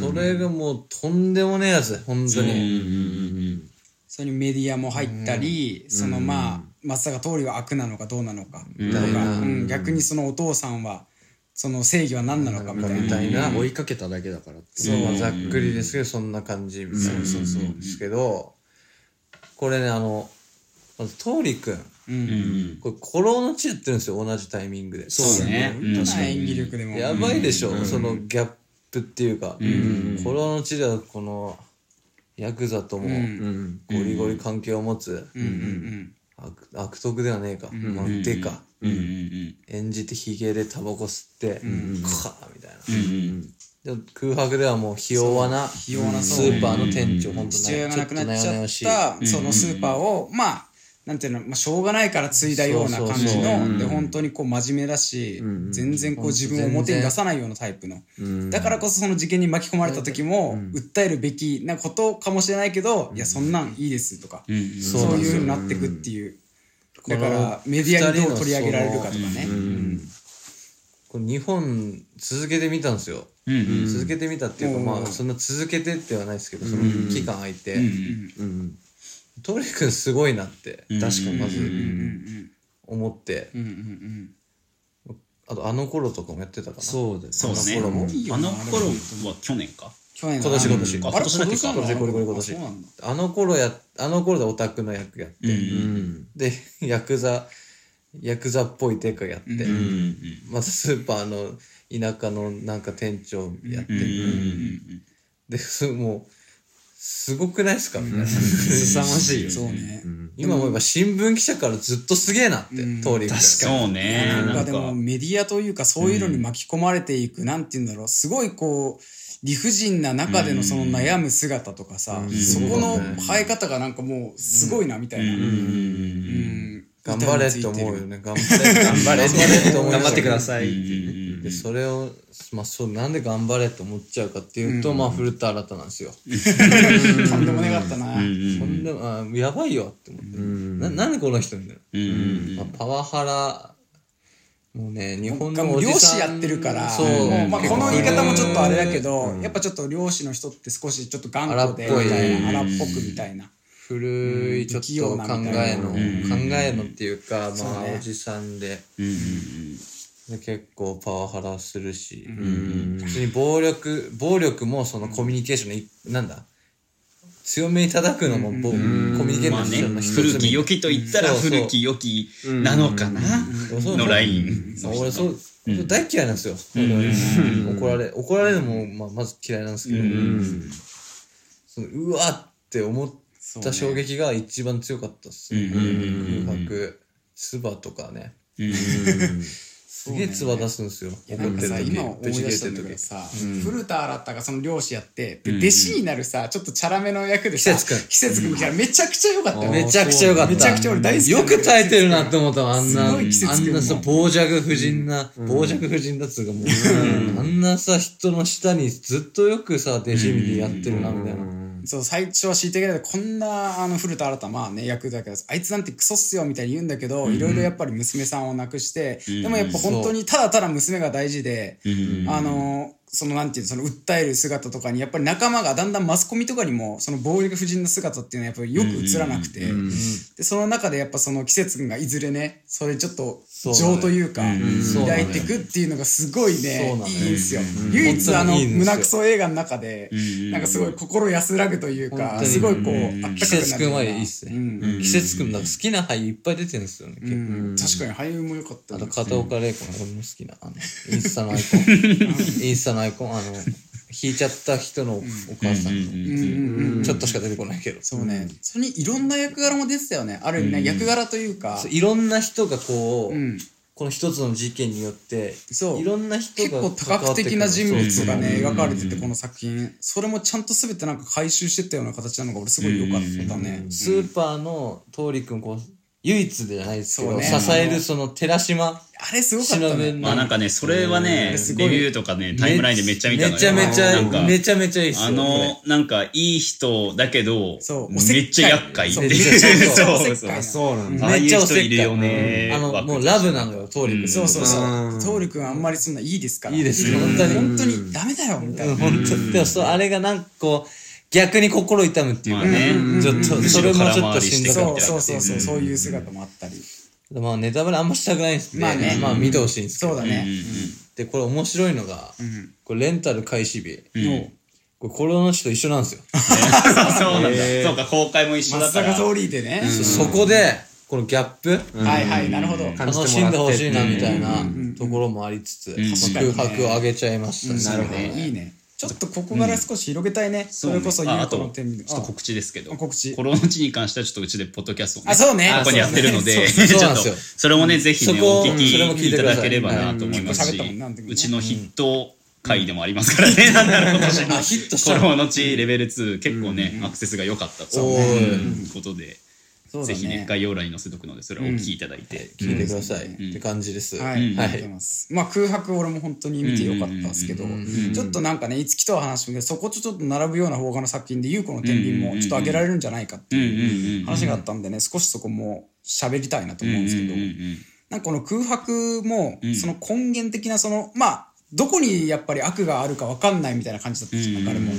Speaker 4: それがもうとんでもねえやつ本当に
Speaker 2: それにメディアも入ったり、そのまあ松坂桃李は悪なのかどうなのかとか、うん逆にそのお父さんはその正義は何なのかみたいな
Speaker 4: みたいな
Speaker 1: 追いかけただけだからって
Speaker 4: そうまあざっくりですけどそんな感じみたいなですけどこれねあのまず桃李君
Speaker 3: うん
Speaker 4: これ「古老の地」やってるんですよ同じタイミングで
Speaker 3: そうだね
Speaker 2: 本当な演技力でも、
Speaker 4: やばいでしょ、そのギャップっていうか「古老の地」ではこのヤクザとも
Speaker 1: うん
Speaker 4: ゴリゴリ関係を持つ
Speaker 2: うんうん
Speaker 4: 悪悪徳ではねえか、まあ、でか、
Speaker 3: うんうんうん
Speaker 4: 演じてヒゲでタバコ吸って、カーみたいな。
Speaker 3: うん
Speaker 4: でも空白ではもうひ弱な
Speaker 2: ひ弱な
Speaker 4: ス
Speaker 2: そう
Speaker 4: ーパーの店長、本当
Speaker 2: 父親が亡くなっ
Speaker 4: ち
Speaker 2: ち
Speaker 4: ょと悩
Speaker 2: ゃ
Speaker 4: 々
Speaker 2: っ
Speaker 4: しい
Speaker 2: たそのスーパーをまあなんていうの、まあ、しょうがないから継いだような感
Speaker 4: そ
Speaker 2: じ
Speaker 4: うそう
Speaker 2: ので本当にこう真面目だし、全然こう自分を表に出さないようなタイプの、だからこそその事件に巻き込まれた時も、訴えるべきなことかもしれないけど、いやそんなんいいですとか、
Speaker 3: うん
Speaker 2: そう
Speaker 4: なん
Speaker 2: い
Speaker 4: で
Speaker 2: う
Speaker 4: す
Speaker 2: ふう
Speaker 4: よ
Speaker 2: になってくっていう、
Speaker 4: の
Speaker 2: だからメディアにどう取り上げられるかとかね、
Speaker 4: これ日本続けてみたんですよ、
Speaker 3: うんうん
Speaker 4: 続けてみたっていうか、まあそんな続けてってはないですけどその期間空いて、
Speaker 1: うん
Speaker 4: トリ君すごいなって
Speaker 1: 確かにまず
Speaker 4: 思って、あとあの頃とかもやってたかな
Speaker 1: そうだよね
Speaker 3: そうだねあの頃は去年か
Speaker 2: 去年
Speaker 4: 今年今年
Speaker 2: あ
Speaker 3: 今
Speaker 2: れ
Speaker 3: 年だっけか
Speaker 2: 今年なの
Speaker 4: これこれ今年
Speaker 2: あそうなんだ
Speaker 4: あの頃やあの頃でオタクの役やって、
Speaker 1: うん
Speaker 4: で ヤクザヤクザっぽいデカやって、
Speaker 3: うんうん
Speaker 4: またスーパーの田舎のなんか店長やって、でそもうすごくないですかみたいな、
Speaker 1: 凄まじいよね
Speaker 2: そうね、
Speaker 4: 今思えば新聞記者からずっとすげえなって、通り確
Speaker 3: そうね
Speaker 2: なん
Speaker 3: な
Speaker 2: か
Speaker 3: ん
Speaker 2: で
Speaker 3: か
Speaker 2: もメディアというかそういうのに巻き込まれていく、なんて言うんだろうすごいこう理不尽な中でのその悩む姿とかさ、そこの生え方がなんかもうすごいなみたいな、うん
Speaker 4: 頑張れって思うよね頑張れ頑張れ頑張れって思う
Speaker 1: 頑張ってくだ
Speaker 4: い
Speaker 1: さいっていうね
Speaker 4: でそれを、まあ、そうなんで頑張れって思っちゃうかっていうと、まあ古田新太なんですよ、
Speaker 2: とんでもなかったな、
Speaker 4: そんでもあやばいよって思って、ななんでこの人みたいな、まあ、パワハラもうね日本のおじ
Speaker 2: 漁
Speaker 4: さ
Speaker 2: 師
Speaker 4: ん
Speaker 2: やってるから
Speaker 4: そう、
Speaker 2: もうまあ、
Speaker 4: 結
Speaker 2: こ
Speaker 4: 構
Speaker 2: の言い方もちょっとあれだけど、やっぱちょっと漁師の人って少しちょっと頑固でみ
Speaker 4: 荒っぽい
Speaker 2: たいな荒っぽくみたいな、
Speaker 4: 古いちょっと考えの、考えのっていうか、まあ、おじさんで、で結構パワハラするし、
Speaker 1: うん
Speaker 4: 普通に暴力、暴力もそのコミュニケーションのい、なんだ強めに叩くのも、ぼコミュニケ
Speaker 3: まあ
Speaker 4: ーシ
Speaker 3: ね
Speaker 4: ョンの一つ
Speaker 3: 古き良きと言ったら
Speaker 4: そうそう
Speaker 3: 古き良きなのかな
Speaker 4: うんそう
Speaker 3: のライン
Speaker 4: まあ俺そう、
Speaker 3: うん
Speaker 4: 大嫌いなんですよ。怒られ、怒られるのも、まあ、まず嫌いなんですけど、うそのうわって思った衝撃が一番強かったっすね。
Speaker 3: うん
Speaker 4: 空白、唾とかね。すげえ唾出すんですよ。怒
Speaker 2: なん
Speaker 4: っ
Speaker 2: か
Speaker 4: て
Speaker 2: さ
Speaker 4: る時
Speaker 2: 今思い出したんだけどさ、古田新太がその漁師やって、で弟子になるさちょっとチャラめの役でさ
Speaker 4: 季節君
Speaker 2: 季節君がめちゃくちゃ良かったよね
Speaker 4: めちゃくちゃよかった。
Speaker 2: めちゃくちゃ俺大好きな
Speaker 4: よ
Speaker 2: んだけど
Speaker 4: く耐えてるなって思ったわあんな、あ
Speaker 2: すごい季節感も
Speaker 4: んなさ、傍若不人な、傍若不人だっつうかもう、あんなさ、人の下にずっとよくさ、弟子見てやってるな、みたいな。
Speaker 2: そう最初は虐げられてこんなあの古田新太まあね役だけどあいつなんてクソっすよみたいに言うんだけどいろいろやっぱり娘さんを亡くして、でもやっぱ本当にただただ娘が大事で、あのそのなんていうのその訴える姿とかにやっぱり仲間がだんだんマスコミとかにもその暴力婦人の姿っていうのはやっぱりよく映らなくて、でその中でやっぱその季節君がいずれねそれちょっと
Speaker 4: そうだね
Speaker 2: 情というか
Speaker 4: そうだ
Speaker 2: 抱
Speaker 4: ね
Speaker 2: いていくっていうのがすごい
Speaker 4: そ
Speaker 2: ね
Speaker 4: うだね
Speaker 2: いいんですよ。唯一あの
Speaker 4: 本当にいいんですよ
Speaker 2: 胸くそ映画の中でなんかすごい心安らぐという
Speaker 4: 本
Speaker 2: か
Speaker 4: 当に
Speaker 2: すごいこうあった
Speaker 4: 季
Speaker 2: かくな
Speaker 4: 節
Speaker 2: る
Speaker 4: く
Speaker 2: よう
Speaker 4: ん
Speaker 2: な
Speaker 4: はいいっす
Speaker 2: う
Speaker 4: ね。
Speaker 2: ん
Speaker 4: 季節くんなんか好きな俳優いっぱい出てるんですよね、
Speaker 2: う
Speaker 4: 結構。
Speaker 2: ん確かに俳優も良かった
Speaker 4: あ
Speaker 2: ね
Speaker 4: と、片岡玲子の俺も好きな、 あの、インスタのアイコン。インスタのアイコン、あの、引いちゃった人のお母さん
Speaker 2: うんうんうん
Speaker 4: の。ちょっとしか出てこないけど。
Speaker 2: そうねそれにいろんな役柄も出てたよねある意味ね役柄というか
Speaker 4: そういろんな人がこう、
Speaker 2: うん
Speaker 4: この一つの事件によって
Speaker 2: そう
Speaker 4: いろんな人
Speaker 2: 結
Speaker 4: が
Speaker 2: 構多角的な人物がね
Speaker 4: そう
Speaker 2: 描かれててこの作品それもちゃんと全てなんか回収してったような形なのが俺すごい良かったね
Speaker 4: スーパーの通りくんこう唯一じゃないですけ
Speaker 2: そう
Speaker 4: ど、
Speaker 2: ね
Speaker 4: 支えるその寺島
Speaker 2: あれすごかった
Speaker 4: 忍べ
Speaker 2: ね
Speaker 4: ん
Speaker 3: まあなんかねそれはね
Speaker 2: すごい
Speaker 3: レビューとかねタイムラインでめっちゃ見たのよ
Speaker 4: めちゃめち
Speaker 3: なんか
Speaker 4: ゃめちゃめちゃいいっすよ
Speaker 3: あのなんかいい人だけど
Speaker 2: そうおせっかい
Speaker 3: めっちゃ厄介って
Speaker 2: そう
Speaker 3: いう
Speaker 2: そう
Speaker 3: そう
Speaker 2: おせっかい
Speaker 1: そうなんだ。
Speaker 3: ああいう
Speaker 4: めっちゃおせ
Speaker 3: 人
Speaker 4: っかい
Speaker 3: いるよ
Speaker 4: こ
Speaker 3: ね
Speaker 4: れあのもう
Speaker 3: ラ
Speaker 4: ラブなのよ通りくん、
Speaker 2: そうそうそう
Speaker 1: うん
Speaker 2: トール君あんまりそんないいですから
Speaker 4: いいですよ本当に
Speaker 2: 本当にダメだよみたいな
Speaker 4: 本当にでもそうあれがなんかこう逆に心痛むっていう
Speaker 3: まあ
Speaker 4: かね、
Speaker 3: ね
Speaker 4: ちょっと
Speaker 3: むし
Speaker 4: そ
Speaker 3: ろ
Speaker 4: れもち
Speaker 3: 空
Speaker 4: ょっ
Speaker 3: 回
Speaker 4: と
Speaker 3: り
Speaker 4: し
Speaker 3: し
Speaker 4: ん
Speaker 3: て
Speaker 4: ど
Speaker 3: く
Speaker 4: か
Speaker 2: そ
Speaker 4: っ
Speaker 2: うそうそうそうそういう姿もあったり
Speaker 4: たまあネタバレあんましたくないんですけど
Speaker 2: まあね
Speaker 4: まあ見てほしいんですけど
Speaker 2: そうだね
Speaker 4: でこれ面白いのが、これレンタル開始日、
Speaker 2: も
Speaker 4: これこの人一緒なんですよ、
Speaker 3: そうなんだそうか公開も一
Speaker 2: う
Speaker 3: 緒だ
Speaker 2: 松
Speaker 3: から
Speaker 2: 坂通りでね
Speaker 4: そこでこのギャップ、
Speaker 2: はいはいなるほど
Speaker 1: 感
Speaker 4: 楽
Speaker 1: じ
Speaker 4: しんでほしいなみたいな
Speaker 2: うんうんうん
Speaker 4: ところもありつつ、
Speaker 2: 確か
Speaker 4: 空
Speaker 2: にね
Speaker 4: 白を上げちゃいましたし、
Speaker 1: なるほど
Speaker 2: いいねちょっとここから少し広げたいねそれこそ優
Speaker 3: ああ
Speaker 2: 子
Speaker 3: と
Speaker 2: の点見る
Speaker 3: ちょっと告知ですけど
Speaker 2: あ告知
Speaker 3: コロの地に関してはちょっとうちでポッドキャストを
Speaker 2: あそうね
Speaker 3: 過去にやってるので
Speaker 2: そう
Speaker 4: そ
Speaker 3: ち
Speaker 4: うそう
Speaker 3: ょっ
Speaker 4: そうなん
Speaker 3: と
Speaker 4: ですよ
Speaker 3: それもねぜひね
Speaker 4: そこ
Speaker 3: お聞
Speaker 4: それも聞
Speaker 3: き
Speaker 4: い
Speaker 3: い
Speaker 4: てく
Speaker 3: た
Speaker 4: だ
Speaker 3: だ
Speaker 4: さい
Speaker 3: ければなと思います
Speaker 2: うん結構喋ったもん
Speaker 3: し
Speaker 2: なあの時ね
Speaker 3: うちの筆頭回でもありますからねなんなら今年の
Speaker 4: あヒットし
Speaker 3: コ
Speaker 4: た
Speaker 3: ロの地レベル2結構ねアクセスが良かったと
Speaker 4: お
Speaker 3: いうことで
Speaker 2: そうだ
Speaker 3: ぜ
Speaker 2: ね
Speaker 3: ひね概要欄に載せとくのでそれをお聞きいただいて
Speaker 4: 聞いてください、って感じです、
Speaker 2: はい、ありがとうございます。まあ空白俺も本当に見てよかったですけど、ちょっとなんかね、いつきとは話してるけど、そことちょっと並ぶような他の作品で、優子の天秤もちょっと上げられるんじゃないかっていう話があったんでね、少しそこも喋りたいなと思うんですけど、なんかこの空白も、その根源的なその、まあ、どこにやっぱり悪があるか分かんないみたいな感じだったんですよ、なんかあれも。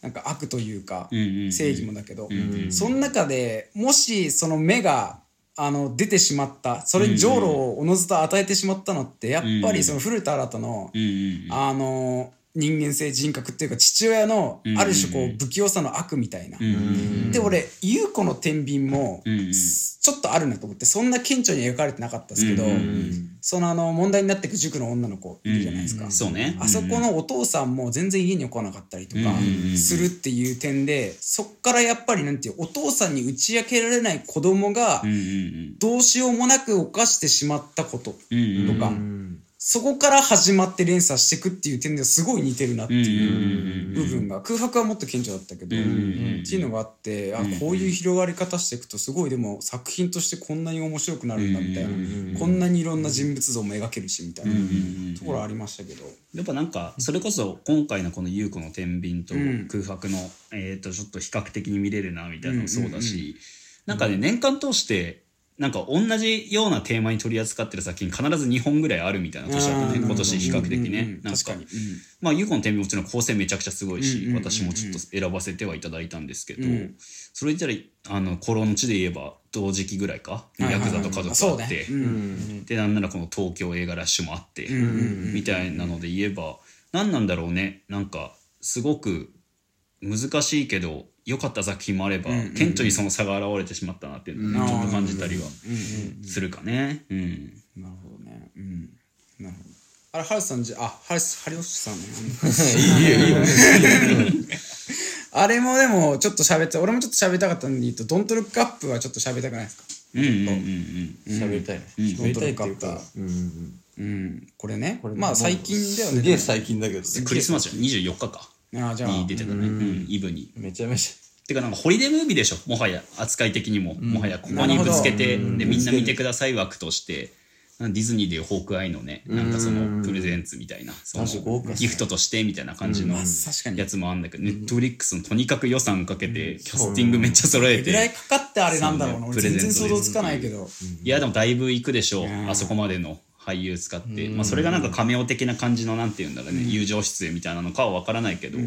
Speaker 2: なんか悪というか、正義もだけど、その中でもしその目があの出てしまったそれに上路をおのずと与えてしまったのってやっぱりその古田新太の、あの人間性人格っていうか父親のある種こう不器用さの悪みたいな。で俺優子の天秤もちょっとあるなと思ってそんな顕著に描かれてなかったですけど、そのあの問題になってく塾の女の子いるじゃないですか。
Speaker 3: そうね
Speaker 2: あそこのお父さんも全然家に来なかったりとかするっていう点でそっからやっぱりなんていうお父さんに打ち明けられない子供が
Speaker 3: うんうん
Speaker 2: どうしようもなく犯してしまったこと
Speaker 3: うんうんうん
Speaker 2: とかそこから始まって連鎖していくっていう点ですごい似てるなっていう部分が空白はもっと顕著だったけどっていうのがあってあこういう広がり方していくとすごいでも作品としてこんなに面白くなるんだみたいなこんなにいろんな人物像も描けるしみたいなところありましたけど。
Speaker 3: やっぱなんかそれこそ今回のこの「優子の天秤」と
Speaker 2: ん
Speaker 3: 空白の、えー、とちょっと比較的に見れるなみたいなのもそうだし、なんかね年間通してなんか同じようなテーマに取り扱ってる作品必ず2本ぐらいあるみたいな年だった
Speaker 2: あーな
Speaker 3: ね
Speaker 2: るほど
Speaker 3: 今年比較的
Speaker 2: うん
Speaker 3: ね、
Speaker 2: うんうん
Speaker 3: なんか
Speaker 2: 確かにうん
Speaker 3: まあ優子の天秤もちろん構成めちゃくちゃすごいし、私もちょっと選ばせてはいただいたんですけど、それ言ったらあの「コロの地」で言えばど同時期ぐらいか、
Speaker 2: はいはい
Speaker 3: ヤ
Speaker 2: はい
Speaker 3: クザと家
Speaker 2: そう
Speaker 3: 族
Speaker 2: ね
Speaker 3: あって、
Speaker 2: うん
Speaker 3: でなんならこの東京映画ラッシュもあって、
Speaker 2: うんうん
Speaker 3: みたいなので言えば何なんだろうねなんかすごく難しいけど良かった作品もあれば、
Speaker 2: うんうんうん
Speaker 3: 顕著にその差が現れてしまったなっていう
Speaker 2: う
Speaker 3: のをね
Speaker 2: ん
Speaker 3: ちょっと感じたりは
Speaker 2: うんうん
Speaker 3: するかね。うん
Speaker 2: なるほどね。うん。なるほど。あれ、ハルさんじゃ、あ、ハルス、ハリオスさんね。 あれもでも、ちょっと喋って、俺もちょっと喋りたかったんで言うと、ドントルックアップはちょっと喋りたくないですか
Speaker 3: うんうんうんうん
Speaker 4: 喋りたいね。喋りたいっていう
Speaker 2: ドントルックアッ
Speaker 4: か
Speaker 2: プ。
Speaker 1: うんうん
Speaker 2: うん。これね。まあ、最近だよね。
Speaker 4: すげえ最近だけどね。
Speaker 3: クリスマスじゃん24日か
Speaker 2: あじゃあ、
Speaker 3: に出てたね、うん、イブに。
Speaker 4: めちゃめち
Speaker 3: てかなんかホリデームービーでしょもはや扱い的にも、もはやここにぶつけてでみんな見てください枠としてなんかディズニーでホークアイのねなんかそのプレゼンツみたいなその
Speaker 4: 確かに豪華っす
Speaker 3: ギ
Speaker 4: ね
Speaker 3: フトとしてみたいな感じの
Speaker 2: まあ確かに
Speaker 3: やつもあんだけどネットフリックスのとにかく予算かけてキャスティングめっちゃ揃え
Speaker 2: ぐらい
Speaker 3: て
Speaker 2: かかってあれなんだろうな。
Speaker 3: そうね
Speaker 2: 俺全然
Speaker 3: プレゼ
Speaker 2: 想
Speaker 3: ントで
Speaker 2: 像つかないけど。
Speaker 3: いやでもだいぶいくでしょう
Speaker 2: うん
Speaker 3: あそこまでの俳優使ってまあそれがなんかcameo 的な感じのなんて言うんだろうね友情出演みたいなのかは分からないけど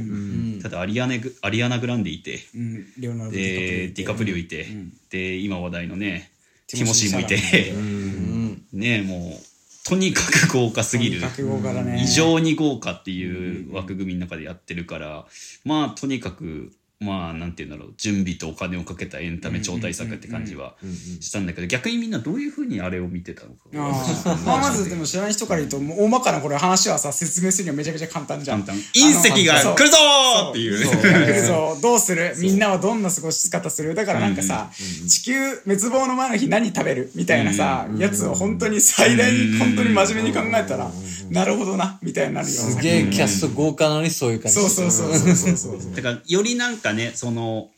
Speaker 3: ただアリアネグアリアナ・グランデいて
Speaker 2: うん。レオナルド・
Speaker 3: で
Speaker 2: ディ
Speaker 3: ディ
Speaker 2: カプ
Speaker 3: カプ
Speaker 2: リ
Speaker 3: リ
Speaker 2: オ
Speaker 3: オ
Speaker 2: い
Speaker 3: いて、で今話題のねティモシーもいて
Speaker 2: ティモシー
Speaker 3: ねえもうとにかく豪華すぎ
Speaker 2: て。
Speaker 3: る
Speaker 2: 覚悟からね。
Speaker 3: 異常に豪華っていう枠組みの中でやってるから、まあとにかくまあなんて言うんだろう準備とお金をかけたエンタメ超大作って感じはしたんだけど逆にみんなどういうふうにあれを見てたのか
Speaker 2: あーまあまずでも知らない人から言うともう大まかなこれ話はさ説明するにはめちゃくちゃ簡単じゃん
Speaker 3: 簡単隕石が
Speaker 2: そう
Speaker 3: 来るぞーっていう
Speaker 2: そう来るぞどうするみんなはどんな過ごし方するだからなんかさ、地球滅亡の前の日何食べるみたいなさ、やつを本当に最大に本当に真面目に考えたら、なるほどなみたいになるよ
Speaker 4: ゃ。すげえキャスト豪華なのにそういう感じ。
Speaker 2: そうそうそうそうそうそうそう
Speaker 3: だからよりなんかねその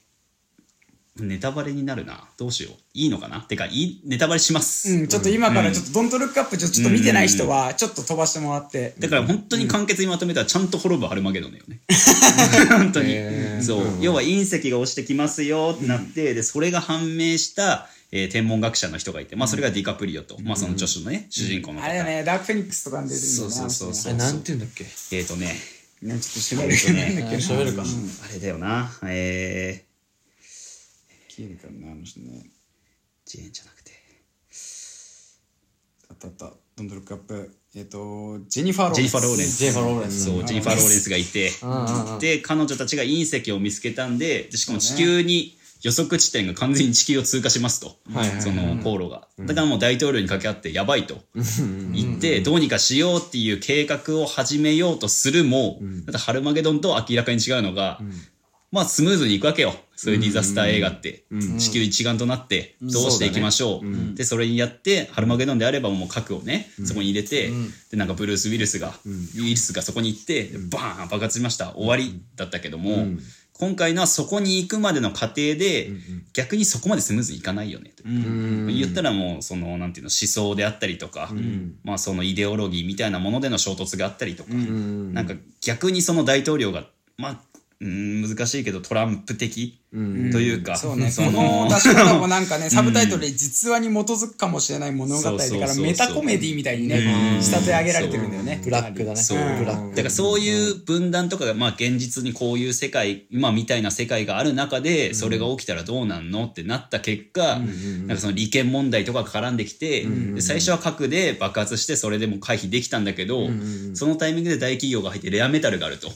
Speaker 3: ネタバレになるなどうしよういいのかなてかいいネタバレしま す、
Speaker 2: うん、ちょっと今からちょっと「ドントルックアップ」ちょっと見てない人はちょっと飛ばしてもらって、
Speaker 3: だから本当に簡潔にまとめたらちゃんと滅ぶハルマゲドン だよね本当に、そう、要は隕石が落ちてきますよってなって、でそれが判明した、えー天文学者の人がいてまあそれがディカプリオと、まあその助手のね、主人公の方
Speaker 2: あれだよねダークフェニックスとかに出てるんだ
Speaker 3: そ
Speaker 2: よ
Speaker 3: う
Speaker 2: ね
Speaker 3: そうそう
Speaker 4: あ
Speaker 3: そう
Speaker 4: れなんて言うんだっけ
Speaker 3: えっ、とね
Speaker 2: あの人ねちょっと調べるけどなんだっけな
Speaker 4: 喋るか。
Speaker 3: あれだよなえー、
Speaker 2: 消えるからなあの人ね
Speaker 3: ジェーンじゃなくて
Speaker 2: あったあったドントルックアップえっ、とジェニファー・ロー
Speaker 3: ジェ
Speaker 2: レン
Speaker 3: ニファー・ローレンス
Speaker 4: ジェイファー・ローレンス。
Speaker 3: そうジェニファー・ローレンスがいてで彼女たちが隕石を見つけたんででしかも地球に予測地点が完全に地球を通過しますと、その航路が、だからもう大統領に掛け合ってやばいと言ってどうにかしようっていう計画を始めようとするも、ただハルマゲドンと明らかに違うのが、まあスムーズにいくわけよそういうディザスター映画って、地球一丸となってどうしていきましょう、でそれにやってハルマゲドンであればもう核をねそこに入れて、でなんかブルース・ウィルスが、ウィルスがそこに行ってバーン爆発しました終わりだったけども、今回のはそこに行くまでの過程で、逆にそこまでスムーズにいかないよねと、言ったらもうそのなんていうの思想であったりとか、まあそのイデオロギーみたいなものでの衝突があったりとか、なんか逆にその大統領がまあうん難しいけどトランプ的というか、
Speaker 2: そうね、
Speaker 3: そ
Speaker 2: この
Speaker 3: の
Speaker 2: 出し方もなんかね、サブタイトルで実話に基づくかもしれない物語だ
Speaker 3: そう
Speaker 2: か
Speaker 3: そう
Speaker 2: ら、
Speaker 3: そう
Speaker 2: メタコメディみたいにね、仕立て上げられてるんだよね。
Speaker 4: ブラックだね。
Speaker 3: そう
Speaker 4: ブラッ
Speaker 3: だからそういう分断とかが、まあ、現実にこういう世界今みたいな世界がある中でそれが起きたらどうなんのってなった結果、なんかその利権問題とかが絡んできて、で最初は核で爆発してそれでも回避できたんだけど、そのタイミングで大企業が入ってレアメタルがあると、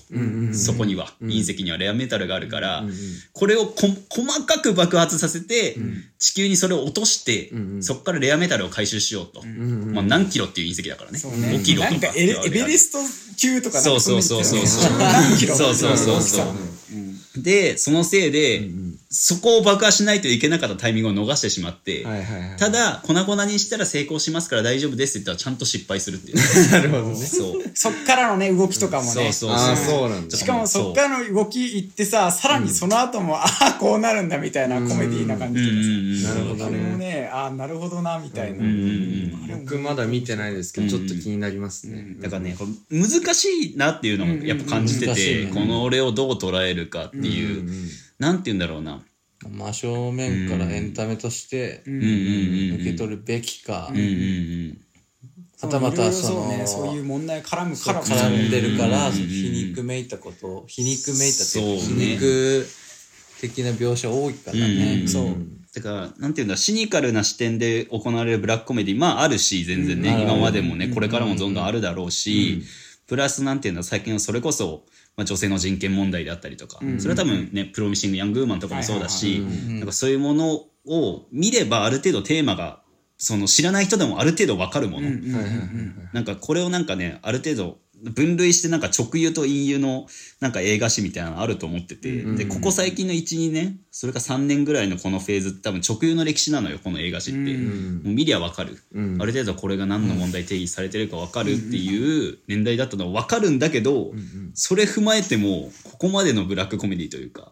Speaker 3: そこには、隕石にはレアメタルがあるから、これをこ細かく爆発させて、地球にそれを落として、そこからレアメタルを回収しようと、まあ、何キロっていう隕石だからね
Speaker 2: そうね
Speaker 3: 5キロと
Speaker 2: な
Speaker 3: か
Speaker 2: んかエレエベレスト級とかなんか
Speaker 3: そうそ
Speaker 2: そ
Speaker 3: うそ
Speaker 2: ん
Speaker 3: う
Speaker 2: な言
Speaker 3: そう
Speaker 2: ってたよね何
Speaker 3: そう
Speaker 2: キロ
Speaker 3: そうそうそうそう、でそのせいで、そこを爆破しないといけなかったタイミングを逃してしまって、
Speaker 1: はいはいはい
Speaker 3: ただ粉々にしたら成功しますから大丈夫ですって言ったらちゃんと失敗するっていう なるほどねそう
Speaker 2: そっからのね、動きとかも
Speaker 3: そ
Speaker 2: ね
Speaker 3: う。そう
Speaker 1: あ
Speaker 3: そ
Speaker 1: あ
Speaker 3: う
Speaker 1: そうなんだ
Speaker 2: しかもそっからの動き行ってさ、さらにその後も、ああ、こうなるんだみたいなコメディな感
Speaker 3: う
Speaker 2: じ
Speaker 3: んうん
Speaker 2: でさ。
Speaker 3: うん
Speaker 1: なるほど
Speaker 2: あれ
Speaker 1: ね
Speaker 2: もね、ああ、なるほどな、みたいな。あれも
Speaker 1: 僕まだ見てないですけどちょっと気になりますね
Speaker 3: だからね、こう難しいなっていうのもやっぱ感じてて、この俺をどう捉えるかっていう、なんて言うんだろうな。
Speaker 4: ク。真正面からエンタメとして
Speaker 3: うんうん
Speaker 4: 受け取るべきか、
Speaker 3: うんうんうん。
Speaker 4: はたまたそ
Speaker 2: そう
Speaker 4: の、
Speaker 2: ね、そういう問題絡むからも
Speaker 4: 絡んでるから、皮肉めいたこと、皮肉めいたっていうか
Speaker 3: そう
Speaker 4: 皮
Speaker 3: ね
Speaker 4: 肉的な描写多いからね。
Speaker 3: そうう。だから、なんていうんだ、シニカルな視点で行われるブラックコメディ、まああるし、全然ね、今までもね、これからもどんどんあるだろうし、プラスなんていうんだ、最近はそれこそ、まあ、女性の人権問題であったりとか、それは多分ね、プロミシングヤングウーマンとかもそうだし、なんかそういうものを見ればある程度テーマが、その知らない人でもある程度わかるもの、なんかこれをなんかね、ある程度分類してなんか直輸と陰輸のなんか映画史みたいなのあると思ってて、で、ここ最近の1、2年、それか3年ぐらいのこのフェーズって多分直輸の歴史なのよ、この映画史って。もう見りゃわかる、ある程度これが何の問題定義されてるかわかるっていう年代だったのはわかるんだけど、それ踏まえても、ここまでのブラックコメディというか、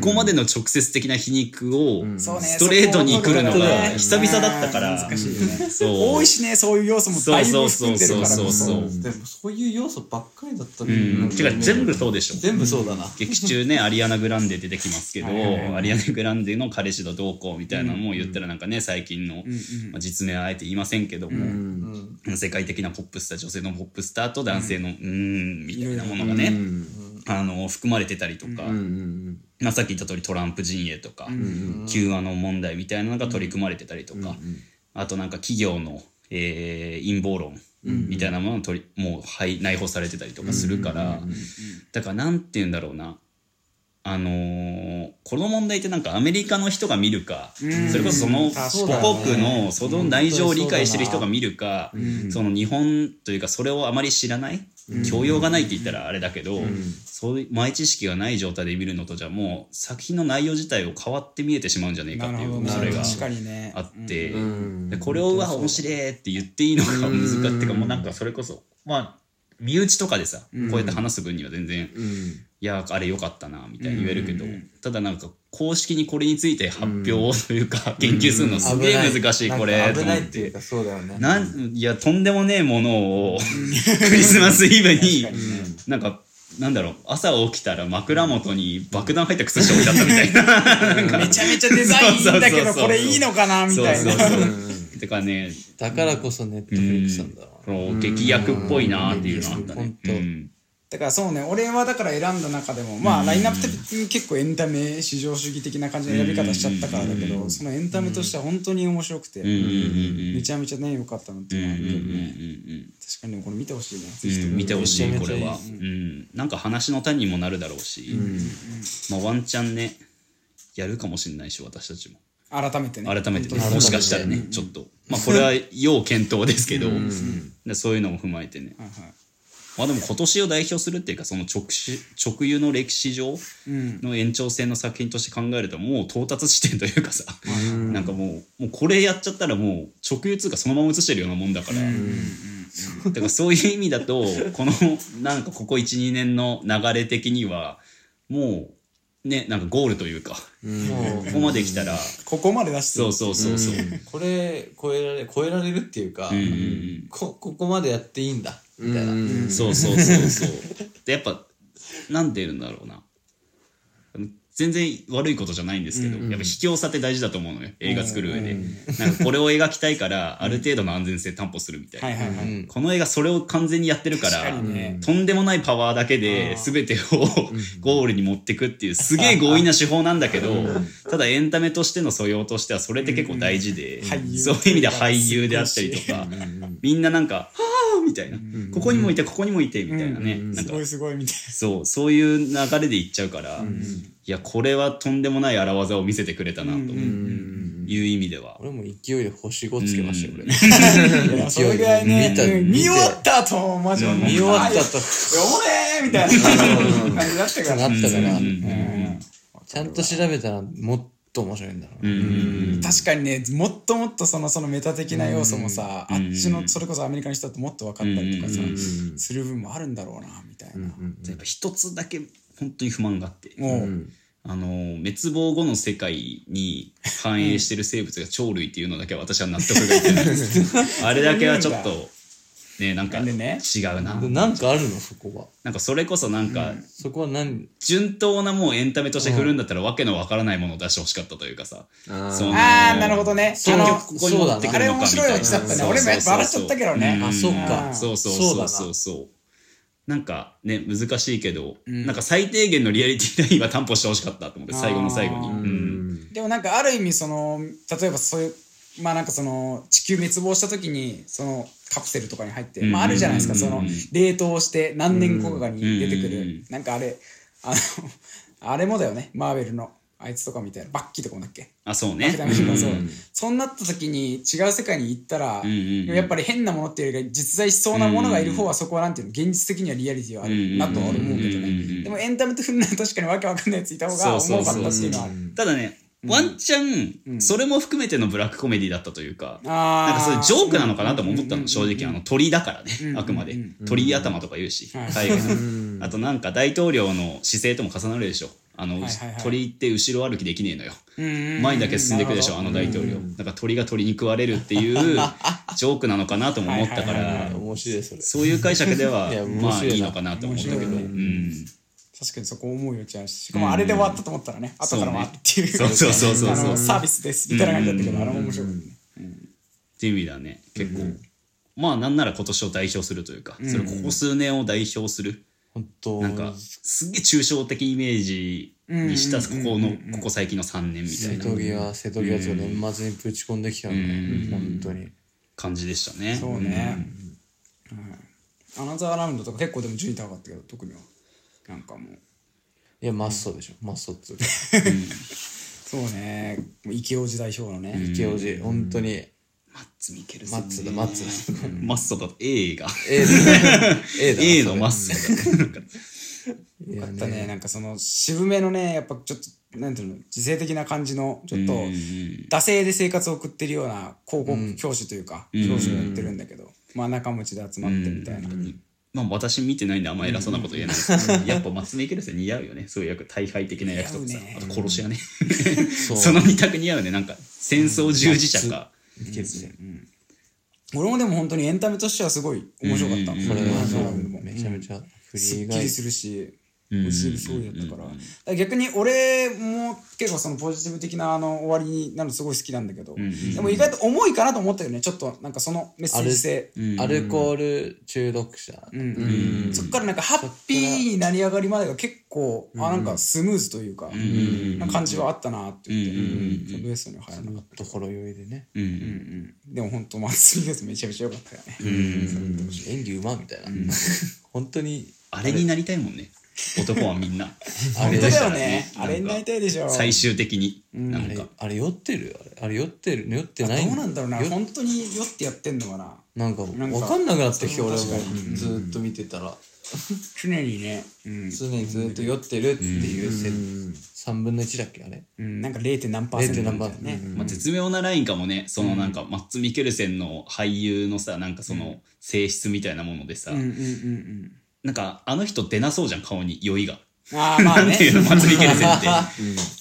Speaker 3: ここまでの直接的な皮肉を
Speaker 2: そうね
Speaker 3: ストレートに来るのが久々だったから、
Speaker 2: 難しいよね
Speaker 3: そう
Speaker 2: 多いしねそういう要素もだいぶ含んでるからこ
Speaker 3: そうそうそうそう
Speaker 2: そ
Speaker 4: でもそういう要素ばっかりだった
Speaker 3: うん、てか全部そうでしょ。
Speaker 4: 全部そうだな。
Speaker 3: 劇中ね、アリアナ・グランデ出てきますけど、アリアナ・グランデの彼氏と同行みたいなのも言ったらなんかね、最近の、まあ、実名はあえて言いませんけども、世界的なポップスター、女性のポップスターと男性の、うーん、みたいなものがね、あの、含まれてたりとか、まあ、さっき言った通りトランプ陣営とか、キューアノン問題みたいなのが取り組まれてたりとか、あとなんか企業の、えー陰謀論みたいなものを取り、もう、はい、内包されてたりとかするから、だからなんて言うんだろうな。あのーこの問題ってなんかアメリカの人が見るか、それこそその
Speaker 2: 確
Speaker 4: かに
Speaker 3: 母国のその内情を理解してる人が見るか、その日本というかそれをあまり知らない、教養がないって言ったらあれだけど、そういう前知識がない状態で見るのとじゃもう作品の内容自体を変わって見えてしまうんじゃないかっていう
Speaker 2: な
Speaker 3: 恐
Speaker 2: る
Speaker 3: れ
Speaker 2: ほど
Speaker 3: が
Speaker 2: 確かにね
Speaker 3: あって、
Speaker 1: ん
Speaker 3: でこれを「うわ面白い」って言っていいのか難しいっていうかもうなんかそれこそまあ身内とかでさこうやって話す分には全然「いやあれ良かったな」みたいに言えるけどただなんか公式にこれについて発表というか研究するのすげえ難しいこ
Speaker 4: な
Speaker 3: れ
Speaker 4: ん
Speaker 3: と
Speaker 4: か危
Speaker 3: 思
Speaker 4: ない
Speaker 3: っ
Speaker 4: っていう
Speaker 3: て。
Speaker 4: かそうだよね。
Speaker 3: なんいやとんでもねえものを クリスマスイブになんかなんだろう朝起きたら枕元に爆弾入った靴下置いてあったみたいな
Speaker 2: めちゃめちゃデザインいいんだけど
Speaker 3: そうそうそうそう
Speaker 2: これいいのかなみ
Speaker 3: そう
Speaker 2: たい
Speaker 3: そう
Speaker 2: な
Speaker 3: そうてかね
Speaker 4: だからこそネットフリックスなんだろ
Speaker 3: この劇薬っぽいなーっていうのあった
Speaker 4: う
Speaker 3: ね
Speaker 4: ん。本当
Speaker 3: うん
Speaker 2: だからそうね俺はだから選んだ中でもまあラインナップ的に結構エンタメ至上主義的な感じの選び方しちゃったからだけどそのエンタメとしては本当に面白くて
Speaker 3: うんうんうん
Speaker 2: めちゃめちゃね良かったのっていうのはあるけどね確かにでもこれ見てほしいねぜひ
Speaker 3: うん見てほしいこれは、うん、なんか話の種にもなるだろうし、まあ、ワンチャンねやるかもしれないし私たちも
Speaker 2: 改めてね
Speaker 3: 改めてね
Speaker 2: 本当に
Speaker 3: もしかしたらねちょっとまあこれは要検討ですけど、でそういうのも踏まえてね
Speaker 2: はいはい
Speaker 3: まあでも今年を代表するっていうかその直し直輸の歴史上の延長線の作品として考えるともう到達地点というかさ、なんかもうもうこれやっちゃったらもう直輸通貨そのまま映してるようなもんだから、だからそういう意味だとこのなんかここ12年の流れ的にはもうねなんかゴールというか、
Speaker 4: うな。もう
Speaker 3: ここまで来たら、
Speaker 2: ここまで出して
Speaker 3: そうそうそうそう、
Speaker 4: これ超えられ超えられるっていうか、
Speaker 3: うんうんうん
Speaker 4: こここまでやっていいんだみたいな、
Speaker 3: そうそうそうそう。で、やっぱ、なんて言うんだろうな。全然悪いことじゃないんですけど、やっぱ卑怯さって大事だと思うのよ。映画作る上で。なんかこれを描きたいから、ある程度の安全性担保するみたいな。
Speaker 2: はいはいはい
Speaker 3: この映画それを完全にやってるから、
Speaker 2: 確かにね
Speaker 3: とんでもないパワーだけで全てをゴールに持ってくっていうすげえ強引な手法なんだけど、ただエンタメとしての素養としてはそれって結構大事で、
Speaker 2: 俳優
Speaker 3: そういう意味では俳優であったりとか、みんななんか、はぁみたいな、ここにもいて、ここにもいて、みたいなね、なん
Speaker 2: す
Speaker 3: か
Speaker 2: ごいすごいみたい
Speaker 3: そう、そういう流れでいっちゃうから、いや、これはとんでもない荒技を見せてくれたな、という意味では。
Speaker 4: 俺も勢いで星5つけました よ、俺
Speaker 2: ないやそれぐらいね
Speaker 4: 見た
Speaker 2: うん
Speaker 4: 見
Speaker 2: 見
Speaker 4: て
Speaker 2: 終わったとマジで
Speaker 4: 見終わった
Speaker 2: お
Speaker 4: と
Speaker 2: れーみたいな感じだったか
Speaker 4: な
Speaker 2: ら
Speaker 4: ったから、
Speaker 2: うん
Speaker 4: ちゃんと調べたらもっと面白いんだろう
Speaker 3: う
Speaker 4: ね、
Speaker 3: ん
Speaker 2: 確かにねもっともっとそのそのメタ的な要素もさ、あっちのそれこそアメリカの人だともっと分かったりとかさ、する分もあるんだろうなみたいな、
Speaker 3: やっぱ一つだけ本当に不満があって、
Speaker 2: もう、
Speaker 3: あの滅亡後の世界に繁栄してる生物が鳥類っていうのだけは私は納得がいってないあれだけはちょっとねなんか
Speaker 2: なん
Speaker 3: 違
Speaker 2: で
Speaker 3: う
Speaker 2: ね
Speaker 3: な、
Speaker 4: でなんかあるのそこは
Speaker 3: なんかそれこそなんか、
Speaker 4: そこは何
Speaker 3: 順当なもうエンタメとして振るんだったら、わけのわからないものを出してほしかったというかさその
Speaker 2: ああなるほどねあ
Speaker 4: う
Speaker 2: の
Speaker 3: ここに持ってく
Speaker 2: あれ
Speaker 3: るの
Speaker 2: 面
Speaker 3: かみ
Speaker 2: 白い
Speaker 3: たい
Speaker 2: オ
Speaker 3: な
Speaker 2: チだったね
Speaker 3: そうそうそう
Speaker 2: 俺もやっぱ笑っちゃったけどね、
Speaker 3: うん
Speaker 4: あそうか
Speaker 3: そうそう
Speaker 4: そうだ
Speaker 3: そうそ
Speaker 4: な
Speaker 3: うそう。なんかね、難しいけど、なんか最低限のリアリティラインは担保してほしかったと思って、最後の最後に。うん
Speaker 2: でもなんかある意味その例えばそういうまあなんかその地球滅亡した時にそのカプセルとかに入って、まあ、あるじゃないですかその冷凍して何年後かに出てくる、
Speaker 3: うん
Speaker 2: なんかあれあの あれもだよねマーベルのあいつとかみたいなバッキーとかもだっけ
Speaker 3: あ、そうね。
Speaker 2: ダメとかそうそんなった時に違う世界に行ったら、
Speaker 3: んうんうん
Speaker 2: やっぱり変なものっていうよりか実在しそうなものがいる方はそこはなんていうの現実的にはリアリティはあるなとは俺思うけど
Speaker 3: うんうんうんうん
Speaker 2: ねでもエンタメとフんな確かにわけわかんないやついた方が
Speaker 3: そうそ
Speaker 2: 重
Speaker 3: う
Speaker 2: かったっ
Speaker 3: そう
Speaker 2: て
Speaker 3: そ
Speaker 2: いううのはある
Speaker 3: ただね、ワンチャン、それも含めてのブラックコメディだったというか、
Speaker 2: あー
Speaker 3: なんかそういうジョークなのかなとも思ったの、正直。あの鳥だからね、あくまで。鳥頭とか言うし、
Speaker 2: はい
Speaker 3: 海外のあとなんか大統領の姿勢とも重なるでしょ。あの、
Speaker 2: いはいはい
Speaker 3: 鳥って後ろ歩きできねえのよ。
Speaker 2: うんうんうん
Speaker 3: 前だけ進んでいくでしょ、あ
Speaker 2: なる
Speaker 3: の大統領。だから鳥が鳥に食われるって いうジョークなのかなとも思ったか
Speaker 2: はいはいは
Speaker 3: ら、
Speaker 4: 面白いそれ
Speaker 3: そういう解釈では
Speaker 4: いや面白いな
Speaker 3: まあいいのかなと思ったけど、
Speaker 2: 面白いね
Speaker 3: うん
Speaker 2: ほど確かにそこ思うよちゃうししかもあれで終わったと思ったらね後からもあるっていう
Speaker 3: そうねそうそうそうそうそう
Speaker 2: あのサービスですみたいな感じだったけどあれも面白いね
Speaker 3: っていう意味だね結構、まあなんなら今年を代表するというか、それここ数年を代表する
Speaker 4: 本当
Speaker 3: なんかすっげえ抽象的イメージにしたここのここ最近の3年みた
Speaker 4: 瀬
Speaker 3: いな
Speaker 4: 戸際瀬戸際とか年末にぶち込んできたのね本当に
Speaker 3: 感じでしたね
Speaker 2: そうね、うんアナザーラウンドとか結構でも順位高かったけど特にはなんかもう
Speaker 4: いやマッソでしょマッソっつうか
Speaker 2: そうねもうイケオジ代表のね、
Speaker 4: 池王子本当に
Speaker 3: マッツ・ミケルセン
Speaker 4: マッ
Speaker 3: ね
Speaker 4: ツだマッツだ
Speaker 3: マッソだと A が
Speaker 4: A だ A だ
Speaker 3: A のマッソだ
Speaker 4: いや
Speaker 2: だったねなんかその渋めのねやっぱちょっとなんていうの時勢的な感じのちょっと惰性で生活を送ってるような高校教師というか、教師をやってるんだけど、まあ仲持ちで集まってみたいな、
Speaker 3: まあ私見てないんであんま偉そうなこと言えないですけど、やっぱマッツ・ミケルセン似合うよねそういう役大敗的な役とかさ、
Speaker 2: 似合うね
Speaker 3: あと殺し屋ねその二択似合うねなんか戦争従事者か、
Speaker 4: 池王子
Speaker 2: 俺もでも本当にエンタメとしてはすごい面白かった、
Speaker 4: こ
Speaker 2: こ
Speaker 4: れ
Speaker 2: れ
Speaker 4: は
Speaker 2: は
Speaker 4: そ
Speaker 2: そう
Speaker 4: う
Speaker 2: も
Speaker 4: めちゃめちゃフリ
Speaker 2: すっ
Speaker 4: ー
Speaker 2: き
Speaker 4: が
Speaker 2: りするし、落ちるそうだったから。だから逆に俺も結構そのポジティブ的なあの終わりになるのすごい好きなんだけど、でも意外と重いかなと思ったよね、ちょっとなんかそのメッセージ性。
Speaker 4: アルコール中毒者
Speaker 2: うんそっからなんかハッピーになり上がりまでが結構、あなんかスムーズというか、な感じはあったなって言って、そのウエストには入らなかっ
Speaker 4: ところ酔いでね
Speaker 3: うんうん
Speaker 2: た。うんでも本当マスミですめちゃめちゃ良かったよね。
Speaker 4: 演技うまみたいな本当に
Speaker 3: あれになりたいもんね。男はみんな。
Speaker 4: あ れ
Speaker 2: 本当だよ
Speaker 3: ね
Speaker 2: ね。あれになりたいでしょ。
Speaker 3: 最終的に。なん
Speaker 4: あれ
Speaker 3: か。
Speaker 4: あれ酔ってるあれあれ酔ってる酔ってない
Speaker 2: どうなんだろうな
Speaker 4: 酔っ
Speaker 2: 本当に酔ってやってんのかな
Speaker 4: なんか
Speaker 2: なんか
Speaker 4: わかんなくなってきて
Speaker 2: それ
Speaker 4: 俺
Speaker 2: も
Speaker 4: も
Speaker 2: 確かに
Speaker 4: ずーっと見てたら
Speaker 2: 常にね、うん
Speaker 4: 常にずーっと酔ってるっていうせ3分の1だっけあれ
Speaker 2: うん、なんか 0. 何パーセントみたいなね、
Speaker 3: まあ、絶妙なラインかもね。そのなんか、マッツ・ミケルセンの俳優のさ、なんかその性質みたいなものでさ、
Speaker 2: うんうんうん
Speaker 3: なんかあの人出なそうじゃん、顔に酔いが。
Speaker 2: うんああまあ
Speaker 3: なん
Speaker 2: ね
Speaker 3: ていうの、マッツ・ミケルセン って。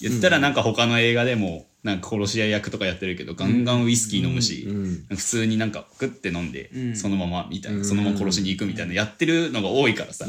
Speaker 3: 言ったらなんか他の映画でも、なんか殺し屋役とかやってるけど、ガンガンウイスキー飲むし、普通になんかグッて飲んで、そのままみたいな、そのまま殺しに行くみたいな、やってるのが多いからさ、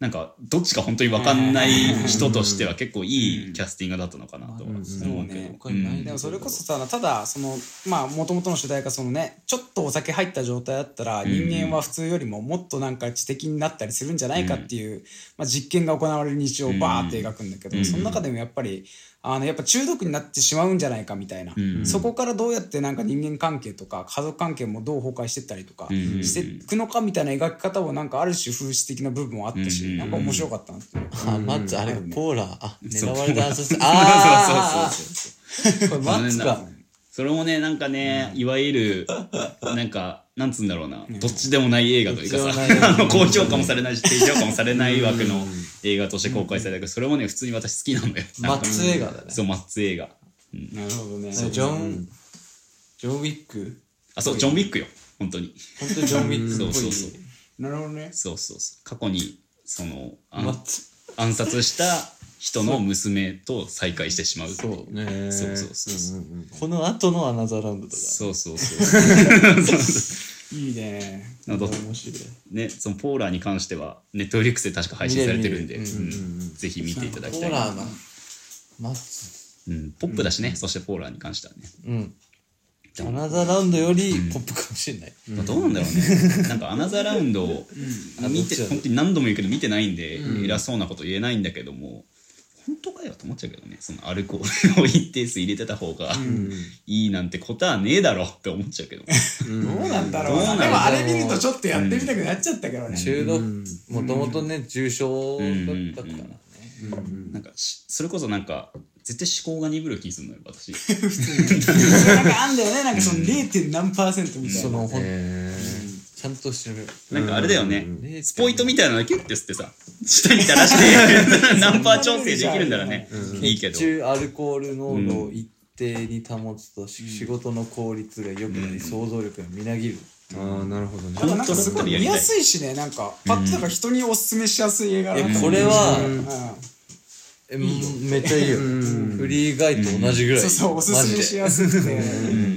Speaker 3: なんかどっちか本当に分かんない人としては結構いいキャスティングだったのかなとは思うけど、
Speaker 2: そうね
Speaker 4: 他にない
Speaker 2: でもそれこそさただそのまあもともとの主題がそのねちょっとお酒入った状態だったら人間は普通よりももっとなんか知的になったりするんじゃないかっていう、まあ、実験が行われる日常をバーって描くんだけど、その中でもやっぱりあのやっぱ中毒になってしまうんじゃないかみたいな、そこからどうやってなんか人間関係とか家族関係もどう崩壊してったりとかしていくのかみたいな描き方もなんかある種風刺的な部分もあったし、なんか面白かったなっていう。
Speaker 4: あマッツあれポーラーあ狙
Speaker 3: そう
Speaker 4: われた話
Speaker 3: そう
Speaker 4: あ
Speaker 3: そうそうそう
Speaker 4: ーこれマッツか
Speaker 3: それもねなんかね、いわゆるなんかなんつうんだろうな、どっちでもない映画というか
Speaker 4: どっち
Speaker 3: さ
Speaker 4: でもない
Speaker 3: あの高評価もされない し低評価もされない枠の映画として公開されたけどそれもね普通に私好きなのよ
Speaker 4: マッツ映画だね
Speaker 3: そうマッツ映画
Speaker 2: なるほどね。
Speaker 4: ジョンジョンウィック
Speaker 3: あそうジョン・ウィックよ本当に
Speaker 4: 本当にジョンウィックっぽい
Speaker 3: そうそうそう
Speaker 2: なるほどね。
Speaker 3: そうそうそう過去にそのあん
Speaker 4: マッツ
Speaker 3: 暗殺した人の娘と再会してしまうっていう
Speaker 4: そう
Speaker 1: ね
Speaker 3: そうそうそう
Speaker 4: この後のアナザーラウンドとか
Speaker 3: そうそう そう
Speaker 2: いいね。
Speaker 3: など
Speaker 4: 面白い
Speaker 3: ね、そのポーラーに関しては、ネットフリックスで確か配信されてるんで、うんぜひ見ていただき
Speaker 4: ポ
Speaker 3: たい
Speaker 4: ー
Speaker 3: な。
Speaker 4: ラーなマッツ
Speaker 3: うん、ポップだしね、そしてポーラーに関してはね。
Speaker 4: うんアナザーラウンドよりポップかもしれない
Speaker 3: まあどうなんだろう ね。なんか、アナザーラウンドを見
Speaker 4: あど
Speaker 3: て
Speaker 4: っちだ、ろう
Speaker 3: 本当に何度も言うけど、見てないんで、偉そうなこと言えないんだけども、本当かよと思っちゃうけどねそのアルコールを一定数入れてた方がいいなんてことはねえだろって思っちゃうけど、
Speaker 2: どうなんだろう
Speaker 3: どうな
Speaker 2: なん
Speaker 3: だ
Speaker 2: で
Speaker 3: ろう
Speaker 2: もあれ見るとちょっとやってみたくなっちゃったけどね、
Speaker 4: 中毒
Speaker 1: うん、
Speaker 4: もともとね、重症だったからね。
Speaker 3: なんかしそれこそなんか絶対思考が鈍る気するのよ私
Speaker 2: なんかあんだよねなんかその 0. 何パーセントみたい
Speaker 4: そ
Speaker 2: な
Speaker 4: の、ほん
Speaker 1: え
Speaker 4: ちゃんとしてる。
Speaker 3: なんかあれだよね、
Speaker 4: ね
Speaker 3: スポイトみたいなのキュッて吸ってさ下に垂らしてナンパー調整できるんならね、いいけど
Speaker 4: 血中アルコール濃度を一定に保つと、し仕事の効率が良くなり、想像力がみなぎる。
Speaker 1: ー、ああなるほどね
Speaker 2: あとなんかすごい見やすいしねなんかパッとなんか人におすすめしやすい映画だなと思
Speaker 4: え、こ
Speaker 2: う
Speaker 4: れ
Speaker 2: うん
Speaker 4: は、
Speaker 2: そ
Speaker 4: えめっちゃいいよ。フリーガイと同じぐらい。
Speaker 2: うそうおすすめし
Speaker 4: マ
Speaker 2: やすくて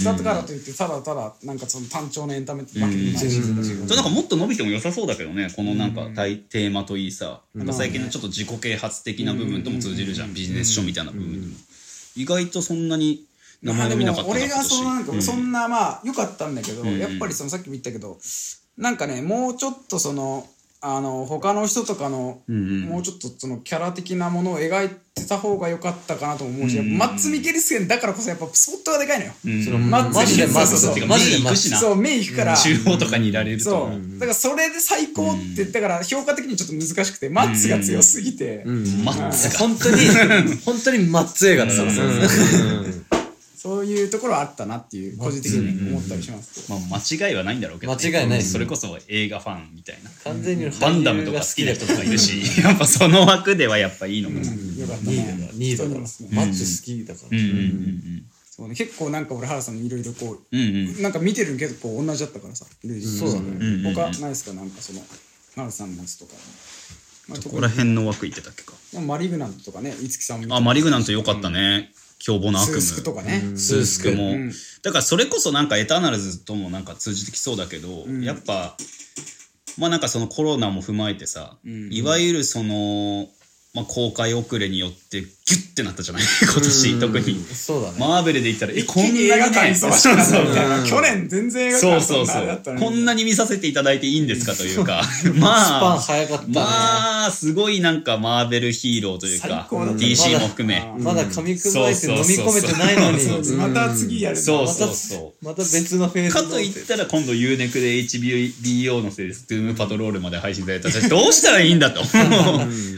Speaker 2: だからといってただただなんかその単調なエンタメってわけでもないし
Speaker 3: そうなんかもっと伸びても良さそうだけどねこのなんか大テーマといいさ、なんか最近のちょっと自己啓発的な部分とも通じるじゃん、ビジネス書みたいな部分にも、意外とそんなに名
Speaker 2: まあ
Speaker 3: 前
Speaker 2: で
Speaker 3: が見なかっ
Speaker 2: も
Speaker 3: たな
Speaker 2: 俺がそのなん
Speaker 3: 今
Speaker 2: か
Speaker 3: 年
Speaker 2: そんなまあ良かったんだけど、
Speaker 3: ん
Speaker 2: やっぱりそのさっきも言ったけどなんかねもうちょっとそのあの他の人とかの、
Speaker 3: うんうん
Speaker 2: もうちょっとそのキャラ的なものを描いてた方が良かったかなとも思うし、やっぱマッツ・ミケルスゲンだからこそやっぱスポットがでかいのよ、
Speaker 3: うん
Speaker 2: のマッ
Speaker 4: ジでマジ
Speaker 2: そうそう
Speaker 4: で
Speaker 2: そう
Speaker 4: マジで
Speaker 3: 目
Speaker 4: マ
Speaker 3: 行く
Speaker 4: ジ
Speaker 3: しな
Speaker 2: そう目いくから、
Speaker 3: 中央とかにいられると
Speaker 2: そ
Speaker 3: 思う
Speaker 2: うだからそれで最高って、だから評価的にちょっと難しくてマッツが強すぎて、
Speaker 3: マッツ
Speaker 4: ジで本当に、本当にマッツ映画だから。
Speaker 2: そういうところはあったなっていう個人的に思ったりします、
Speaker 3: まあ、間違いはないんだろうけど、
Speaker 4: 間違いない
Speaker 3: それこそ映画ファンみたいな
Speaker 4: 完全に
Speaker 3: バ
Speaker 4: 俳
Speaker 3: ンダム
Speaker 4: 優
Speaker 3: と
Speaker 4: が
Speaker 3: か
Speaker 4: 好
Speaker 3: 好
Speaker 4: き
Speaker 3: き
Speaker 4: な
Speaker 3: な
Speaker 4: 人
Speaker 3: 人と
Speaker 4: とか
Speaker 3: かい
Speaker 4: いる
Speaker 3: る
Speaker 4: し。
Speaker 3: しやっぱその枠ではやっぱいいのかな、
Speaker 2: よかった
Speaker 4: 2位
Speaker 2: ね
Speaker 4: だから、2位だから。マ
Speaker 2: 人には
Speaker 4: ッツ好きだから。
Speaker 3: うんうん
Speaker 2: そうね結構なんか俺原さんいろいろこう
Speaker 3: うんうんうん
Speaker 2: なんか見てるけどこう同じだったからさ。そう
Speaker 4: だ
Speaker 2: ね。他ないですかなんかそのマルさんのやつとか。まあ、
Speaker 3: ど
Speaker 2: 特
Speaker 3: こ
Speaker 2: に
Speaker 3: ら辺の枠いってたっけか
Speaker 2: でもマリグナントとかね、いつきさんも見て
Speaker 3: あマリグナント良かったね凶暴な悪
Speaker 2: スー
Speaker 3: 夢
Speaker 2: スクとかね。
Speaker 3: スースクも、
Speaker 2: ん
Speaker 3: だからそれこそなんかエターナルズともなんか通じてきそうだけど、やっぱまあなんかそのコロナも踏まえてさ、いわゆるその、まあ、公開遅れによってギュッてなったじゃない今年、特に、
Speaker 4: そうだね。
Speaker 3: マーベルで言った らえこ
Speaker 2: こん
Speaker 3: ん
Speaker 2: な映
Speaker 3: な
Speaker 2: 画
Speaker 3: に
Speaker 2: 館
Speaker 3: ね
Speaker 2: に
Speaker 3: そ
Speaker 2: そうう
Speaker 3: そう
Speaker 2: そ
Speaker 3: そうう
Speaker 2: みたいな。 去年全然映画
Speaker 3: そう
Speaker 2: 館
Speaker 3: そ
Speaker 2: そ
Speaker 3: う
Speaker 2: んなあれだった
Speaker 3: そう
Speaker 2: のに
Speaker 3: こんなに見させていただいていいんですかというか
Speaker 4: スパ
Speaker 3: ま
Speaker 4: ン
Speaker 3: あ
Speaker 4: 早かったね。
Speaker 3: まあすごいなんかマーベルヒーローという
Speaker 2: 最
Speaker 3: か
Speaker 2: 高だった
Speaker 3: DC も含め、
Speaker 4: まだ噛み砕いて飲み込めてないのに。
Speaker 2: そうそうまた次やる。
Speaker 3: そう
Speaker 4: また
Speaker 3: そうそう
Speaker 4: また別のフェーズ
Speaker 3: かといったら今度 UNEC で HBO のせいでストゥームパトロールまで配信された私どうしたらいいんだとあ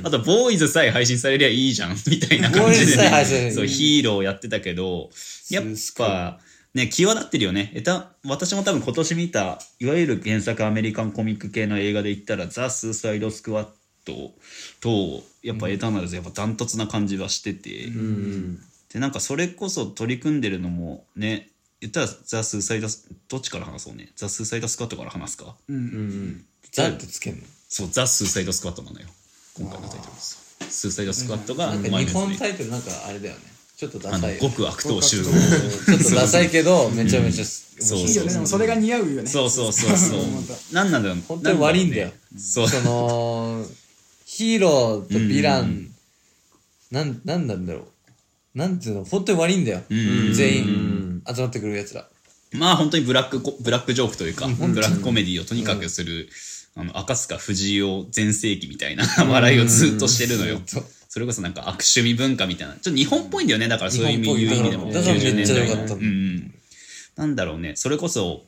Speaker 3: とボーイズさえ配信されりゃいいじゃんみたいな感じで、
Speaker 4: ボーイズさえ配信
Speaker 3: ね、そうヒーローやってたけどやっぱね際立ってるよねえた私も多分今年見たいわゆる原作アメリカンコミック系の映画で言ったら「ザ・スーサイド・スクワット」とやっぱエターナルズやっぱダントツな感じはしてて。でなんかそれこそ取り組んでるのもね言ったらザ・スーサイダスどっちから話そうねザ・スーサイダスクワットから話すか
Speaker 4: ザってつけんの。
Speaker 3: そうザ・スーサイダスクワットなのよ今回のタイトルですスーサイダスクワットが
Speaker 4: なんか
Speaker 3: 前
Speaker 4: 日
Speaker 3: のや
Speaker 4: 本
Speaker 3: つで
Speaker 4: タイトルなんかあれだよね。ちょっとダ
Speaker 3: あの
Speaker 4: サいよ。
Speaker 3: 極悪党集合
Speaker 4: ちょっとダサいけど、めちゃめちゃす。
Speaker 3: そう
Speaker 2: いいよ
Speaker 3: そ
Speaker 2: ね。
Speaker 3: う
Speaker 2: で
Speaker 3: そう
Speaker 2: もそれが似合うよね。
Speaker 3: そうそうそうそうなんなんだろう
Speaker 4: 本当に悪いんだよ
Speaker 3: なろうねそう
Speaker 4: その、ヒーローとヴィラン、なん、なんなんだろう。なんていうの、本当に悪いんだよ。
Speaker 3: ん
Speaker 4: 全員集まってくる奴ら。
Speaker 3: まあ本当にブラックコブラックジョークというかブラックコメディをとにかくする、あの赤塚不二夫全盛期みたいな笑いをずっとしてるのよ、それこそなんか悪趣味文化みたいなちょっと日本っぽいんだよねだからそういう意味
Speaker 4: 日
Speaker 3: いう意
Speaker 4: 本っぽい
Speaker 3: 味でも
Speaker 4: だから
Speaker 3: 90
Speaker 4: め
Speaker 3: 年
Speaker 4: っちゃ
Speaker 3: 代
Speaker 4: 良
Speaker 3: の
Speaker 4: かった
Speaker 3: うんうん、なんだろうねそれこそ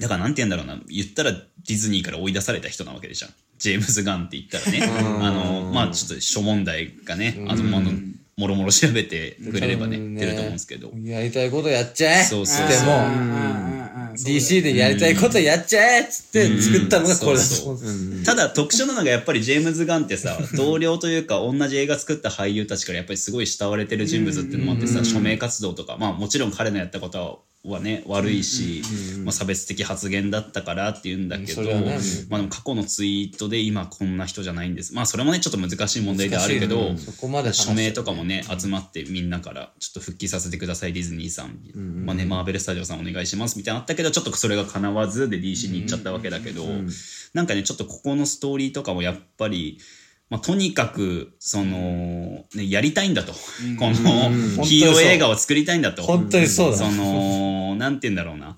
Speaker 3: だからなんて言うんだろうな言ったらディズニーから追い出された人なわけでじゃんジェームズ・ガンって言ったらねあのまあちょっと諸問題がねあのまああのもろもろ調べてくれればね出ると思うんですけど
Speaker 4: やりたいことやっちゃえ
Speaker 3: そうそうそう
Speaker 4: で
Speaker 2: うん
Speaker 4: も、
Speaker 2: うんうんそうだよ
Speaker 4: DC でやりたいことやっちゃえっつって作ったのがこれだと思う。
Speaker 3: ただ特殊なのがやっぱりジェームズ・ガンってさ同僚というか同じ映画作った俳優たちからやっぱりすごい慕われてる人物っていうのもあってさ署名活動とかまあもちろん彼のやったことはね悪いし、まあ、差別的発言だったからっていうんだけど、
Speaker 4: それはね
Speaker 3: まあ、でも過去のツイートで今こんな人じゃないんですまあそれもねちょっと難しい問題ではあるけど、
Speaker 4: 難しいねそこまで話して
Speaker 3: 署名とかもね集まってみんなからちょっと復帰させてくださいディズニーさん、まあね、マーベル・スタジオさんお願いしますみたいなのあったけどちょっとそれが叶わずで DC に行っちゃったわけだけど、なんかねちょっとここのストーリーとかもやっぱり。まあ、とにかくその、ね、やりたいんだと、こ のヒーロー映画を作りたいんだと
Speaker 4: 本当にそうだ
Speaker 3: その、なんて言うんだろうな。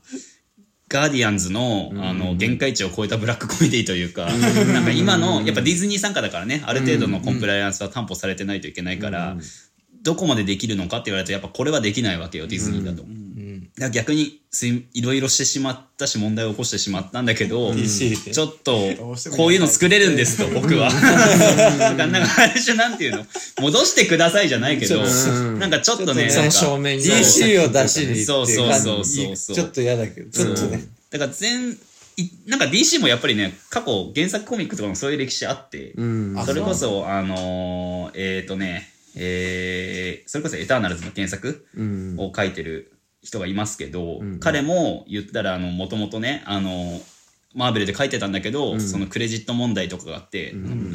Speaker 3: ガーディアンズの,、あの限界値を超えたブラックコメディというか、なんか今のやっぱディズニー傘下だからねある程度のコンプライアンスは担保されてないといけないから、どこまでできるのかって言われるとやっぱこれはできないわけよディズニーだと。だから逆にすいいろいろしてしまったし問題を起こしてしまったんだけど、ちょっとこういうの作れるんですと僕は。だからなんかあれじゃなんていうの戻してくださいじゃないけどなんかちょっとね
Speaker 1: その
Speaker 3: なんか
Speaker 1: 正面に
Speaker 4: DC を出しに行
Speaker 3: そ
Speaker 4: っ
Speaker 3: う
Speaker 4: て
Speaker 3: そう
Speaker 4: 感
Speaker 3: そう
Speaker 4: じ
Speaker 3: そうそう
Speaker 4: ちょっと嫌だけどちょっとね
Speaker 3: だから全いなんか DC もやっぱりね過去原作コミックとかもそういう歴史あって、
Speaker 1: うん
Speaker 3: それこそあのーえっ、とねえーそれこそ「エターナルズ」の原作
Speaker 1: うん
Speaker 3: を書いてる人がいますけど、
Speaker 1: ん
Speaker 3: 彼も言ったらもともとねあのーマーベルで書いてたんだけど、そのクレジット問題とかがあって、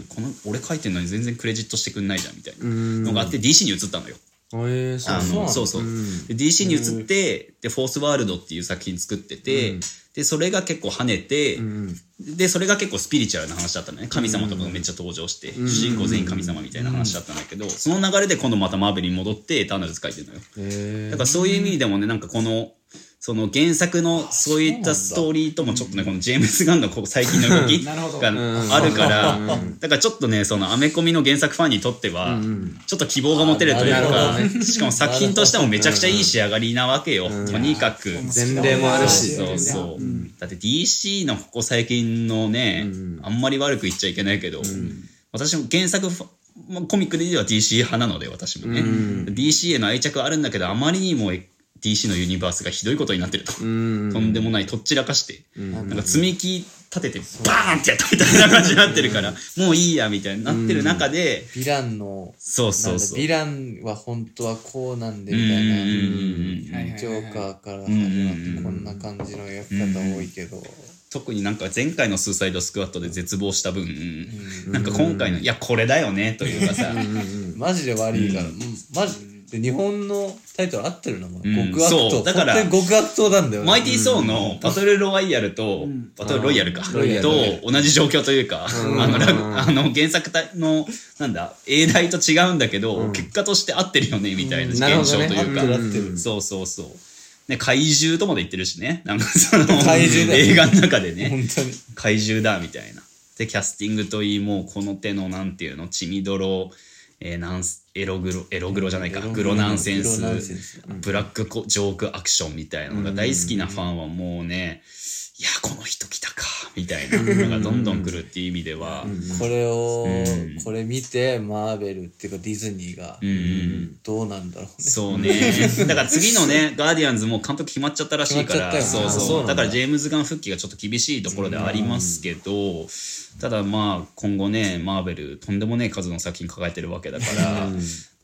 Speaker 3: この俺書いてるのに全然クレジットしてくんないじゃんみたいな
Speaker 1: うん
Speaker 3: のがあって DC に移ったのよ。
Speaker 1: えーそ
Speaker 3: あ
Speaker 1: うそう
Speaker 3: のそうそう、で DC に移って「でフォースワールド」っていう作品作ってて、でそれが結構跳ねて、でそれが結構スピリチュアルな話だったのね神様とかがめっちゃ登場して、主人公全員神様みたいな話だったんだけど、その流れで今度またマーベルに戻って「エターナルズ」書いてるのよ。
Speaker 1: え
Speaker 3: だからそういう意味でもねなんかこのその原作のそういったストーリーともちょっとねこのジェームス・ガンのこう最近の動きがあるからだからちょっとねそのアメコミの原作ファンにとってはちょっと希望が持てるという
Speaker 4: あ
Speaker 3: か
Speaker 4: なる
Speaker 3: しかも作品としてもめちゃくちゃいい仕上がりなわけよとにかく。
Speaker 1: 前例もあるし
Speaker 3: そうそう、だって DC のここ最近のね、あんまり悪く言っちゃいけないけど、私も原作ファまあコミックでは DC 派なので私もね、DC への愛着はあるんだけどあまりにも DC のユニバースがひどいことになってると、とんでもないとっちらかして、なんか積み木立ててバーンってやったみたいな感じになってるから、もういいやみたいになってる中で、
Speaker 4: ヴィランの
Speaker 3: そうそうそう
Speaker 4: なんだヴィランは本当はこうなんで
Speaker 3: うん
Speaker 4: み
Speaker 3: うん
Speaker 4: た
Speaker 3: う
Speaker 4: いな、
Speaker 3: んうん
Speaker 4: ジョーカーから始まってこんな感じのやり方多いけど、
Speaker 3: 特になんか前回のスーサイドスクワットで絶望した分、なんか今回の、いや、これだよね、というかさ、
Speaker 4: マジで悪いから、うんマジで日本のタイトル合ってるな、もう
Speaker 3: うん
Speaker 4: 極悪党
Speaker 3: そうだから
Speaker 4: 本当に極悪党なんだよね
Speaker 3: マイティー・ソーのバトル・ロワイヤルと、バトル・ロイヤルか、
Speaker 1: ロイヤル
Speaker 3: と同じ状況というか、あの、ラグあの原作の、なんだ、英題と違うんだけど、結果として合ってるよね、みたいな
Speaker 4: なるほ
Speaker 3: 現
Speaker 4: ど
Speaker 3: 象と
Speaker 4: ね
Speaker 3: いうか、
Speaker 4: 合ってる合ってる
Speaker 3: そうそうそう。ね、怪獣とまで言ってるしね、なんかその、
Speaker 4: 怪獣だよ
Speaker 3: 映画の中でね。
Speaker 4: 本当に
Speaker 3: 怪獣だみたいな。でキャスティングといいもうこの手のなんていうの血みどろ、えーなんすエログロエログロじゃないかグロナンセンス
Speaker 4: グロナンセンス
Speaker 3: ブラックコジョークアクションみたいなのが大好きなファンはもうねいやこの人来たかみたいなのがどんどん来るっていう意味では。
Speaker 4: これを、
Speaker 3: うん
Speaker 4: これ見てマーベルっていうかディズニーが
Speaker 3: うんうん
Speaker 4: どうなんだろうね、
Speaker 3: そう ね。だから次のね、ガーディアンズも監督決まっちゃったらしいか
Speaker 4: 決まっち
Speaker 3: ら、
Speaker 4: ゃったよ
Speaker 3: そう
Speaker 4: な
Speaker 3: そう。
Speaker 4: そう
Speaker 3: だ
Speaker 4: なんだ
Speaker 3: からジェームズ・ガン復帰がちょっと厳しいところではありますけど、ただまあ今後ね、マーベルとんでもねえ数の作品抱えてるわけだから、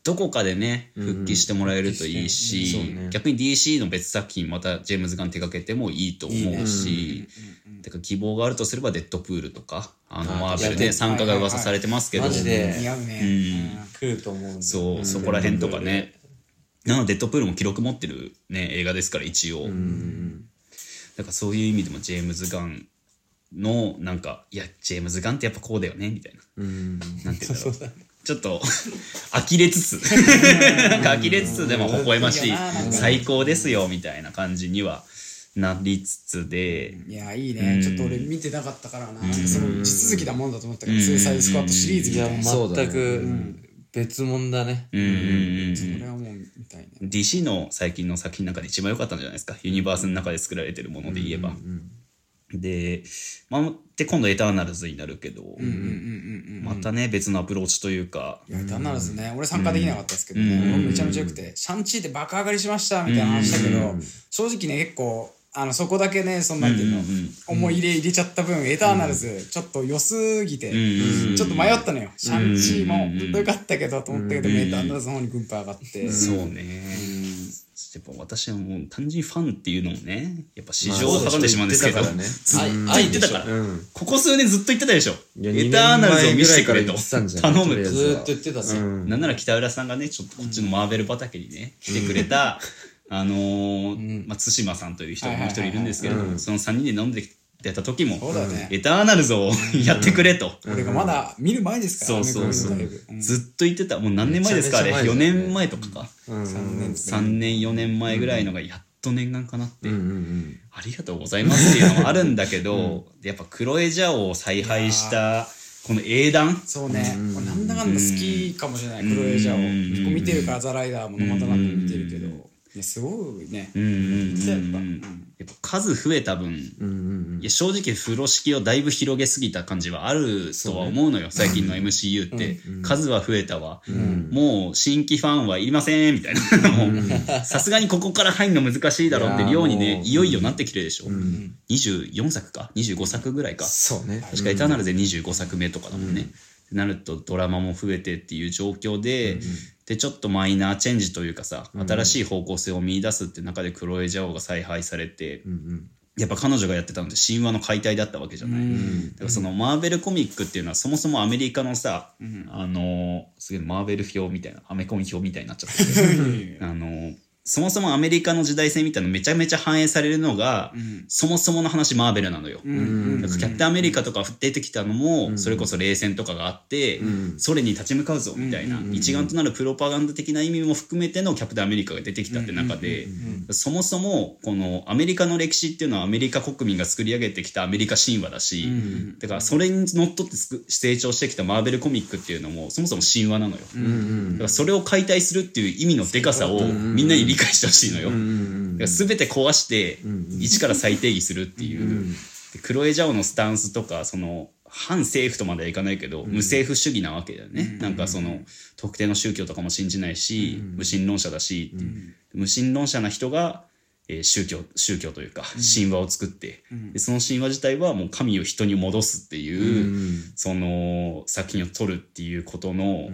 Speaker 3: どこかでね、復帰してもらえるといいし、逆に DC の別作品またジェームズ・ガン手掛けてもいいと思うし、だから希望があるとすればデッドプールとか、あのマーベル
Speaker 4: い
Speaker 3: ね、
Speaker 4: や
Speaker 3: 参加が噂されてますけど、
Speaker 4: マジで
Speaker 5: 似合うね、
Speaker 3: うん
Speaker 4: 来ると思うんで
Speaker 3: そう、そこら辺とかね。なので、デッドプールも記録持ってる、ね、映画ですから、一応。だからそういう意味でも、ジェームズ・ガンの、なんか、いや、ジェームズ・ガンってやっぱこうだよね、みたいな。なんて言うんだろう。ちょっ と呆れつ つなんか呆れつつでも微笑ましい最高ですよみたいな感じにはなりつつで
Speaker 5: いやいいねちょっと俺見てなかったからななんかその地続きだもんだと思ったからスーサイドスクワットシリーズみ
Speaker 4: い
Speaker 5: た
Speaker 4: や
Speaker 5: いな
Speaker 1: そうだね
Speaker 4: 全く別物だね
Speaker 3: うんうんうんうん
Speaker 5: これはもう見たいね
Speaker 3: DC の最近の作品の中で一番良かったんじゃないですかユニバースの中で作られてるもので言えば。で、まあ、で今度エターナルズになるけど、またね別のアプローチというか、
Speaker 5: いや単なるですね俺参加できなかったですけどね、俺めちゃめちゃよくて「シャンチーで爆上がりしました」みたいな話だけど、正直ね結構あのそこだけねそんなんていうの、思い入れ入れちゃった分、エターナルズちょっと良すぎて、
Speaker 3: うん
Speaker 5: ちょっと迷ったのよ、シャンチーも本当よかったけどと思ったけど、エターナルズの方にグンパ上がって、
Speaker 3: そうね、やっぱ私はもう単純にファンっていうのもねやっぱ市場を阻んでしまうんですけど、
Speaker 1: まあそうだね
Speaker 3: ずっと言ってたから、
Speaker 1: うん
Speaker 3: ここ数年ずっと言ってたでしょ
Speaker 1: いや
Speaker 3: エターナルズを見せてくれと
Speaker 1: 二年前ぐらいから
Speaker 3: 頼む
Speaker 1: 言ってたんじゃないとりあえ
Speaker 4: ずーっと言ってたね、
Speaker 3: なんなら北浦さんがね、ちょっとこっちのマーベル畑にね、来てくれた、あのー、まあ、対馬さんという人がもう一人いるんですけれども、その3人で飲んでた時も
Speaker 5: そうだよね、
Speaker 3: エターナルズを やってくれと。
Speaker 5: 俺がまだ見る前ですか
Speaker 3: そ
Speaker 5: ら
Speaker 3: うそうそう
Speaker 5: ライブ。うん
Speaker 3: ずっと言ってた。もう何年前ですかあれ。
Speaker 1: めちゃめちゃ前だよ
Speaker 3: 4
Speaker 1: ね
Speaker 3: 年前とかか。
Speaker 5: 三年
Speaker 3: 3年、4年前ぐらいのがやっと念願かなって、
Speaker 1: うんうんうん
Speaker 3: ありがとうございますっていうのもあるんだけど、やっぱクロエジャオを采配した、この英断
Speaker 2: そうね、これなんだかんだ好きかもしれない、クロエジャを。
Speaker 3: うん
Speaker 2: 結構見てるから、ザ・ライダーもノマドランドも見てるけど、いやすごいね。
Speaker 3: うんうんうん
Speaker 2: そうやっぱ
Speaker 3: う
Speaker 2: うん
Speaker 3: んやっぱ数増えた分、
Speaker 1: うんうん
Speaker 3: いや正直風呂敷をだいぶ広げすぎた感じはあるとは思うのよ最近の MCU って、数は増えたわ、もう新規ファンはいりませんみたいなもうさすがにここから入るの難しいだろうって量に
Speaker 1: いやー
Speaker 3: ね
Speaker 1: もう
Speaker 3: いよいよなってきてるでしょ、
Speaker 1: ん
Speaker 3: 24作か25作ぐらいか
Speaker 1: そうね
Speaker 3: 確かエターナルで25作目とかだもんね。ってなるとドラマも増えてっていう状況で、でちょっとマイナーチェンジというかさ新しい方向性を見出すって中でクロエ・ジャオが采配されて、やっぱ彼女がやってたのって神話の解体だったわけじゃない。だからそのマーベルコミックっていうのはそもそもアメリカのさ、あのーすげえマーベル表みたいなアメコン表みたいになっちゃったけど。あのそもそもアメリカの時代性みたいなのめちゃめちゃ反映されるのが、そもそもの話マーベルなのよ。だからキャプテンアメリカとか出てきたのも、それこそ冷戦とかがあって、ソ連に立ち向かうぞみたいな、一丸となるプロパガンダ的な意味も含めてのキャプテンアメリカが出てきたって中で、そもそもこのアメリカの歴史っていうのはアメリカ国民が作り上げてきたアメリカ神話だし、だからそれにのっとってつく成長してきたマーベルコミックっていうのもそもそも神話なのよ。だからそれを解体するっていう意味のでかさをみんなに理解してほしいのよ。だから全て壊して一から再定義するっていう。でクロエ・ジャオのスタンスとかその反政府とまではいかないけど、無政府主義なわけだよね、なんかその特定の宗教とかも信じないし、無神論者だし、っていう無神論者な人が、えー宗教宗教というか神話を作って、でその神話自体はもう神を人に戻すっていう、その作品を撮るっていうことの、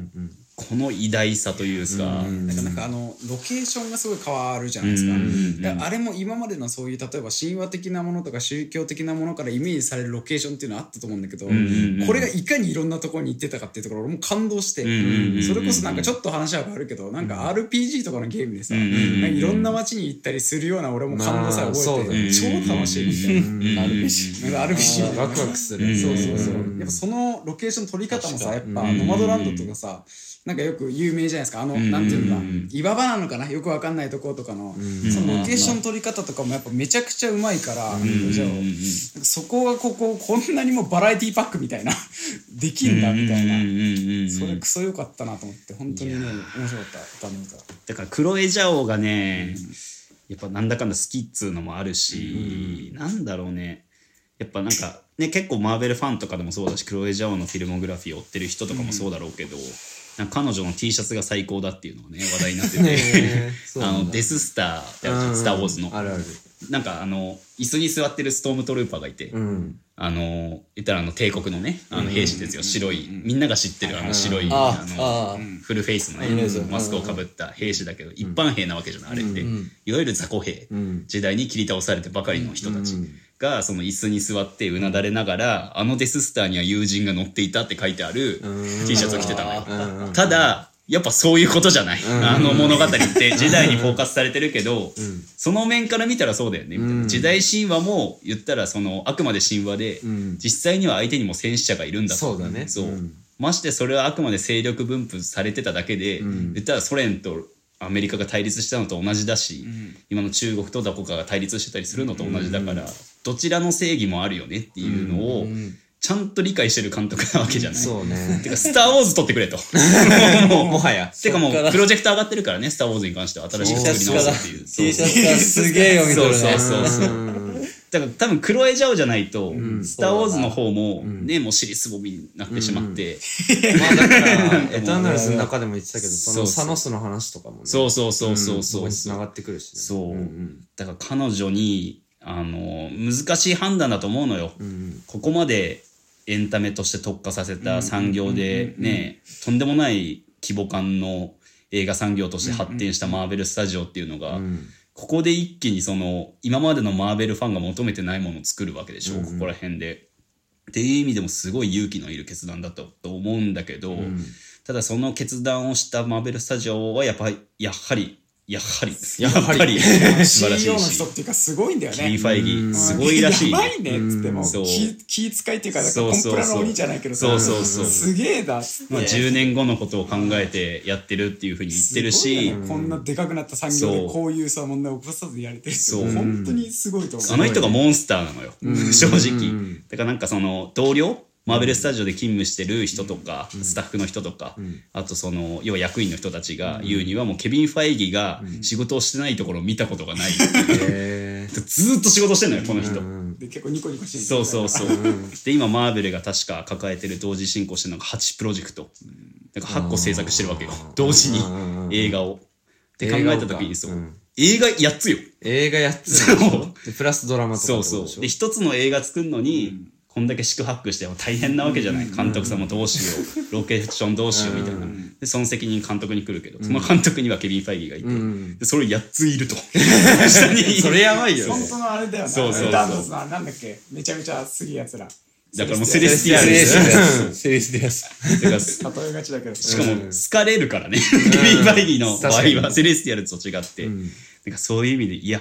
Speaker 3: この偉大さというか、
Speaker 2: なんかなんかあのロケーションがすごい変わるじゃないですか,、だからあれも今までのそういう例えば神話的なものとか宗教的なものからイメージされるロケーションっていうのはあったと思うんだけど、
Speaker 3: んうん
Speaker 2: これがいかにいろんなところに行ってたかっていうところ俺も感動して、
Speaker 3: んうんうん
Speaker 2: それこそなんかちょっと話は変わるけどなんか RPG とかのゲームでさ、
Speaker 3: んうん
Speaker 2: なんかいろんな街に行ったりするような俺も感動さえ覚えて、
Speaker 3: まあそうだね
Speaker 2: 超楽しいみたいな。なんか RPG みたい
Speaker 3: RPG
Speaker 2: な
Speaker 1: ワクワクする
Speaker 2: そうそうそう。やっぱそのロケーションの取り方もさ、やっぱノマドランドとかさ、なんかよく有名じゃないですか。あの、
Speaker 3: ん
Speaker 2: なんていうの
Speaker 3: う
Speaker 2: か
Speaker 3: ん、
Speaker 2: 岩場なのかなよくわかんないところとかの、そのロケーションの取り方とかもやっぱめちゃくちゃうまいから、じゃあそこがここ、こんなにもバラエティパックみたいな、 できんだみたいな。それクソ良かったなと思って、本当にね、面白かった。ダメだ。
Speaker 3: だから黒エジャオがね、やっぱなんだかんだ好きっつうのもあるし、なんだろうねやっぱなんかね結構マーベルファンとかでもそうだし黒エジャオのフィルモグラフィーを追ってる人とかもそうだろうけど、なんか彼女の T シャツが最高だっていうのがね話題になっててあのデススターってあるじゃんスター・ウォーズの
Speaker 1: あるある
Speaker 3: なんかあの椅子に座ってるストームトルーパーがいて、
Speaker 1: うん
Speaker 3: あの言ったらあの帝国のねあの兵士ですよ、白いみんなが知ってるあの白い、
Speaker 4: あ
Speaker 3: あの
Speaker 4: あ
Speaker 3: フルフェイスのね、マスクをかぶった兵士だけど、一般兵なわけじゃない、あれって、いわゆる雑魚兵、時代に切り倒されてばかりの人たちが、その椅子に座ってうなだれながら、あのデススターには友人が乗っていたって書いてある T シャツを着てたのよ。ただ、やっぱそういうことじゃない。あの物語って 時代にフォーカスされてるけど、その面から見たらそうだよね、みたいな。時代神話も言ったらその、あくまで神話で、実際には相手にも戦死者がいるんだと。
Speaker 1: そうだね
Speaker 3: そう。ましてそれはあくまで勢力分布されてただけで、言ったらソ連とアメリカが対立したのと同じだし、今の中国とどこかが対立してたりするのと同じだから、どちらの正義もあるよねっていうのを、ちゃんと理解してる監督なわけじゃない。
Speaker 1: そうね
Speaker 3: てか、スター・ウォーズ撮ってく れと。もはや。てかもう
Speaker 4: そっから、
Speaker 3: プロジェクター上がってるからね、スター・ウォーズに関しては新し
Speaker 4: T
Speaker 3: く
Speaker 4: シ
Speaker 3: 作り
Speaker 4: ャツか
Speaker 3: 直
Speaker 4: ら
Speaker 3: すっていう。
Speaker 4: T シャツからすげえよみ
Speaker 3: そう
Speaker 4: たいな
Speaker 3: そう
Speaker 4: ね
Speaker 3: そうそう。だから多分クロエジャオじゃないと、スター・ウォーズの方もね、もう尻すぼみになってしまって、
Speaker 1: まあだから エターナルズの中でも言ってたけどそ
Speaker 3: そう
Speaker 1: の
Speaker 3: そ
Speaker 1: サ
Speaker 3: う
Speaker 1: ノスの話とかもね
Speaker 3: そうそうそうそう
Speaker 1: そ
Speaker 3: そ
Speaker 1: こ
Speaker 3: う
Speaker 1: に繋がってくるしね
Speaker 3: そう、だから彼女にあの難しい判断だと思うのよ、ここまでエンタメとして特化させた産業でねとんでもない規模感の映画産業として発展したマーベル・スタジオっていうのが、ここで一気にその今までのマーベルファンが求めてないものを作るわけでしょ、ここら辺で。っていう意味でもすごい勇気のいる決断だったと思うんだけど、ただその決断をしたマーベル・スタジオはやっぱりやはりやはり、や
Speaker 1: やは
Speaker 3: っ
Speaker 1: り
Speaker 3: ぱり、素晴らし
Speaker 2: CEO の
Speaker 3: い
Speaker 2: 人
Speaker 3: し
Speaker 2: っ。ていうかすごいんだよ
Speaker 3: キリ
Speaker 2: ね
Speaker 3: ファイギー、すごいらしい
Speaker 2: や
Speaker 3: ね。
Speaker 2: ばいねっつっても
Speaker 3: うんそう
Speaker 2: 気気遣いっていうかなんか
Speaker 3: そう
Speaker 2: コン
Speaker 3: そうそう
Speaker 2: プラの鬼じゃないけどさ
Speaker 3: そうそうそう
Speaker 2: すげえだっつって
Speaker 3: まあ、10年後のことを考えてやってるっていうふうに言ってるし、
Speaker 2: すごいよねこんなでかくなった産業
Speaker 3: そう
Speaker 2: でこういうさ問題を起こさずやれてるって
Speaker 3: そう
Speaker 2: 本当にすごいと思う
Speaker 3: あの人がモンスターなのよ、 正
Speaker 1: う
Speaker 3: 直
Speaker 1: ん。
Speaker 3: だからなんかその同僚、マーベルスタジオで勤務してる人とか、スタッフの人とか、あとその、要は役員の人たちが言うには、もうケビン・ファイギーが仕事をしてないところを見たことがない。
Speaker 1: へ
Speaker 3: ずーっと仕事してんのよ、この人。
Speaker 2: で結構ニコニコしてる
Speaker 3: そうそうそう。で、今、マーベルが確か抱えてる同時進行してるのが8プロジェクト。なんか8個制作してるわけよ。同時に映画を。って考えた時にそう。映画8つよ。
Speaker 1: 映画やって
Speaker 3: そう
Speaker 1: でプラスドラマとか
Speaker 3: そう
Speaker 1: ってこ
Speaker 3: そ
Speaker 1: と
Speaker 3: う
Speaker 1: でし。ょ
Speaker 3: で、一つの映画作るのに、こんだけ四苦八苦しても大変なわけじゃない。監督さんもどうしよう。ロケーションどうしようみたいな。で、その責任監督に来るけど、その監督にはケビン・ファイギーがいて、でそれ8ついると。下に。
Speaker 1: それやばいよね
Speaker 2: 本当のあれだよな
Speaker 3: そうそうそう
Speaker 2: エターナルズのあれなんだっけめちゃめちゃすげえやつら
Speaker 3: だからもうセレスティア
Speaker 4: セ
Speaker 3: ル
Speaker 4: レ
Speaker 3: で
Speaker 4: ス
Speaker 3: す
Speaker 4: テ
Speaker 3: よ。
Speaker 4: ィアル。セレスティアル。
Speaker 3: だから
Speaker 2: 例えがちだけど
Speaker 3: しかも好かれるからね、ケビン・ファイギーの場
Speaker 1: 確
Speaker 3: 合
Speaker 1: か
Speaker 3: はセレスティアルズと違って、なんかそういう意味でいや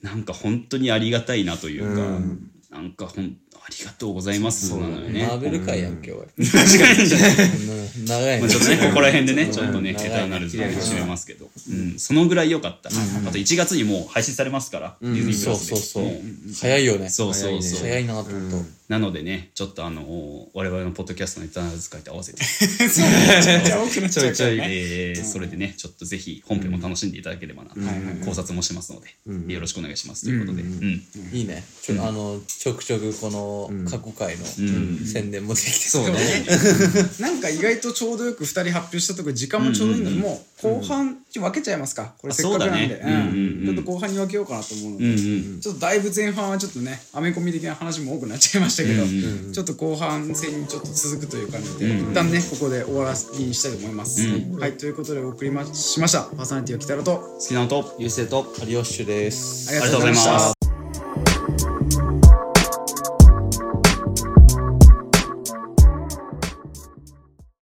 Speaker 3: なんか本当にありがたいなというか、なんかほんありがとうございますなのよね
Speaker 4: マーベル界やんけ、おい。
Speaker 3: 確かに
Speaker 4: 長い
Speaker 3: まあ
Speaker 4: ね
Speaker 3: ちょっとねここら辺でねちょっとねエ
Speaker 4: 長い
Speaker 3: ターナルズで締めますけど、うん、そのぐらい良かった、あと1月にもう配信されますから、ディズニープラ
Speaker 4: そう
Speaker 3: ス
Speaker 4: そ
Speaker 3: で
Speaker 4: うそう
Speaker 3: も。
Speaker 4: 早いよね。
Speaker 3: そうそうそう
Speaker 4: 早いなと思っ
Speaker 3: なのでねちょっとあの我々のポッドキャストのエターナルズ会と合わ せて
Speaker 2: じゃあ多くなっちゃうからね
Speaker 3: えーそれでねちょっとぜひ本編も楽しんでいただければなと、考察もしますので、よろしくお願いしますということで、うん
Speaker 4: た。いいね。ちょあの、ちょくちょくこの過去回の宣伝もできて
Speaker 1: そう ね
Speaker 2: なんか意外とちょうどよく2人発表したとこ時間もちょうどいいのにもう後半に分けちゃいますかこれせっかくなんで
Speaker 3: あそうだね
Speaker 2: うん
Speaker 3: うんうんうん
Speaker 2: ちょっと後半に分けようかなと思うの
Speaker 3: うん
Speaker 2: で
Speaker 3: うん
Speaker 2: ちょっとだいぶ前半はちょっとねアメコミ的な話も多くなっちゃいましたけどちょっと後半戦にちょっと続くという感じで一旦ねここで終わらせにしたいと思いますはいということでお送りましましたパーソナリティは北野と
Speaker 3: 好きなのと
Speaker 1: 優勢と
Speaker 4: ある。有吉です。
Speaker 2: あり
Speaker 3: あ
Speaker 2: がと
Speaker 3: りがと
Speaker 2: う
Speaker 3: う
Speaker 2: ご
Speaker 3: ご
Speaker 2: ざ
Speaker 3: ざ
Speaker 2: いま
Speaker 3: いま
Speaker 2: し
Speaker 3: す
Speaker 2: た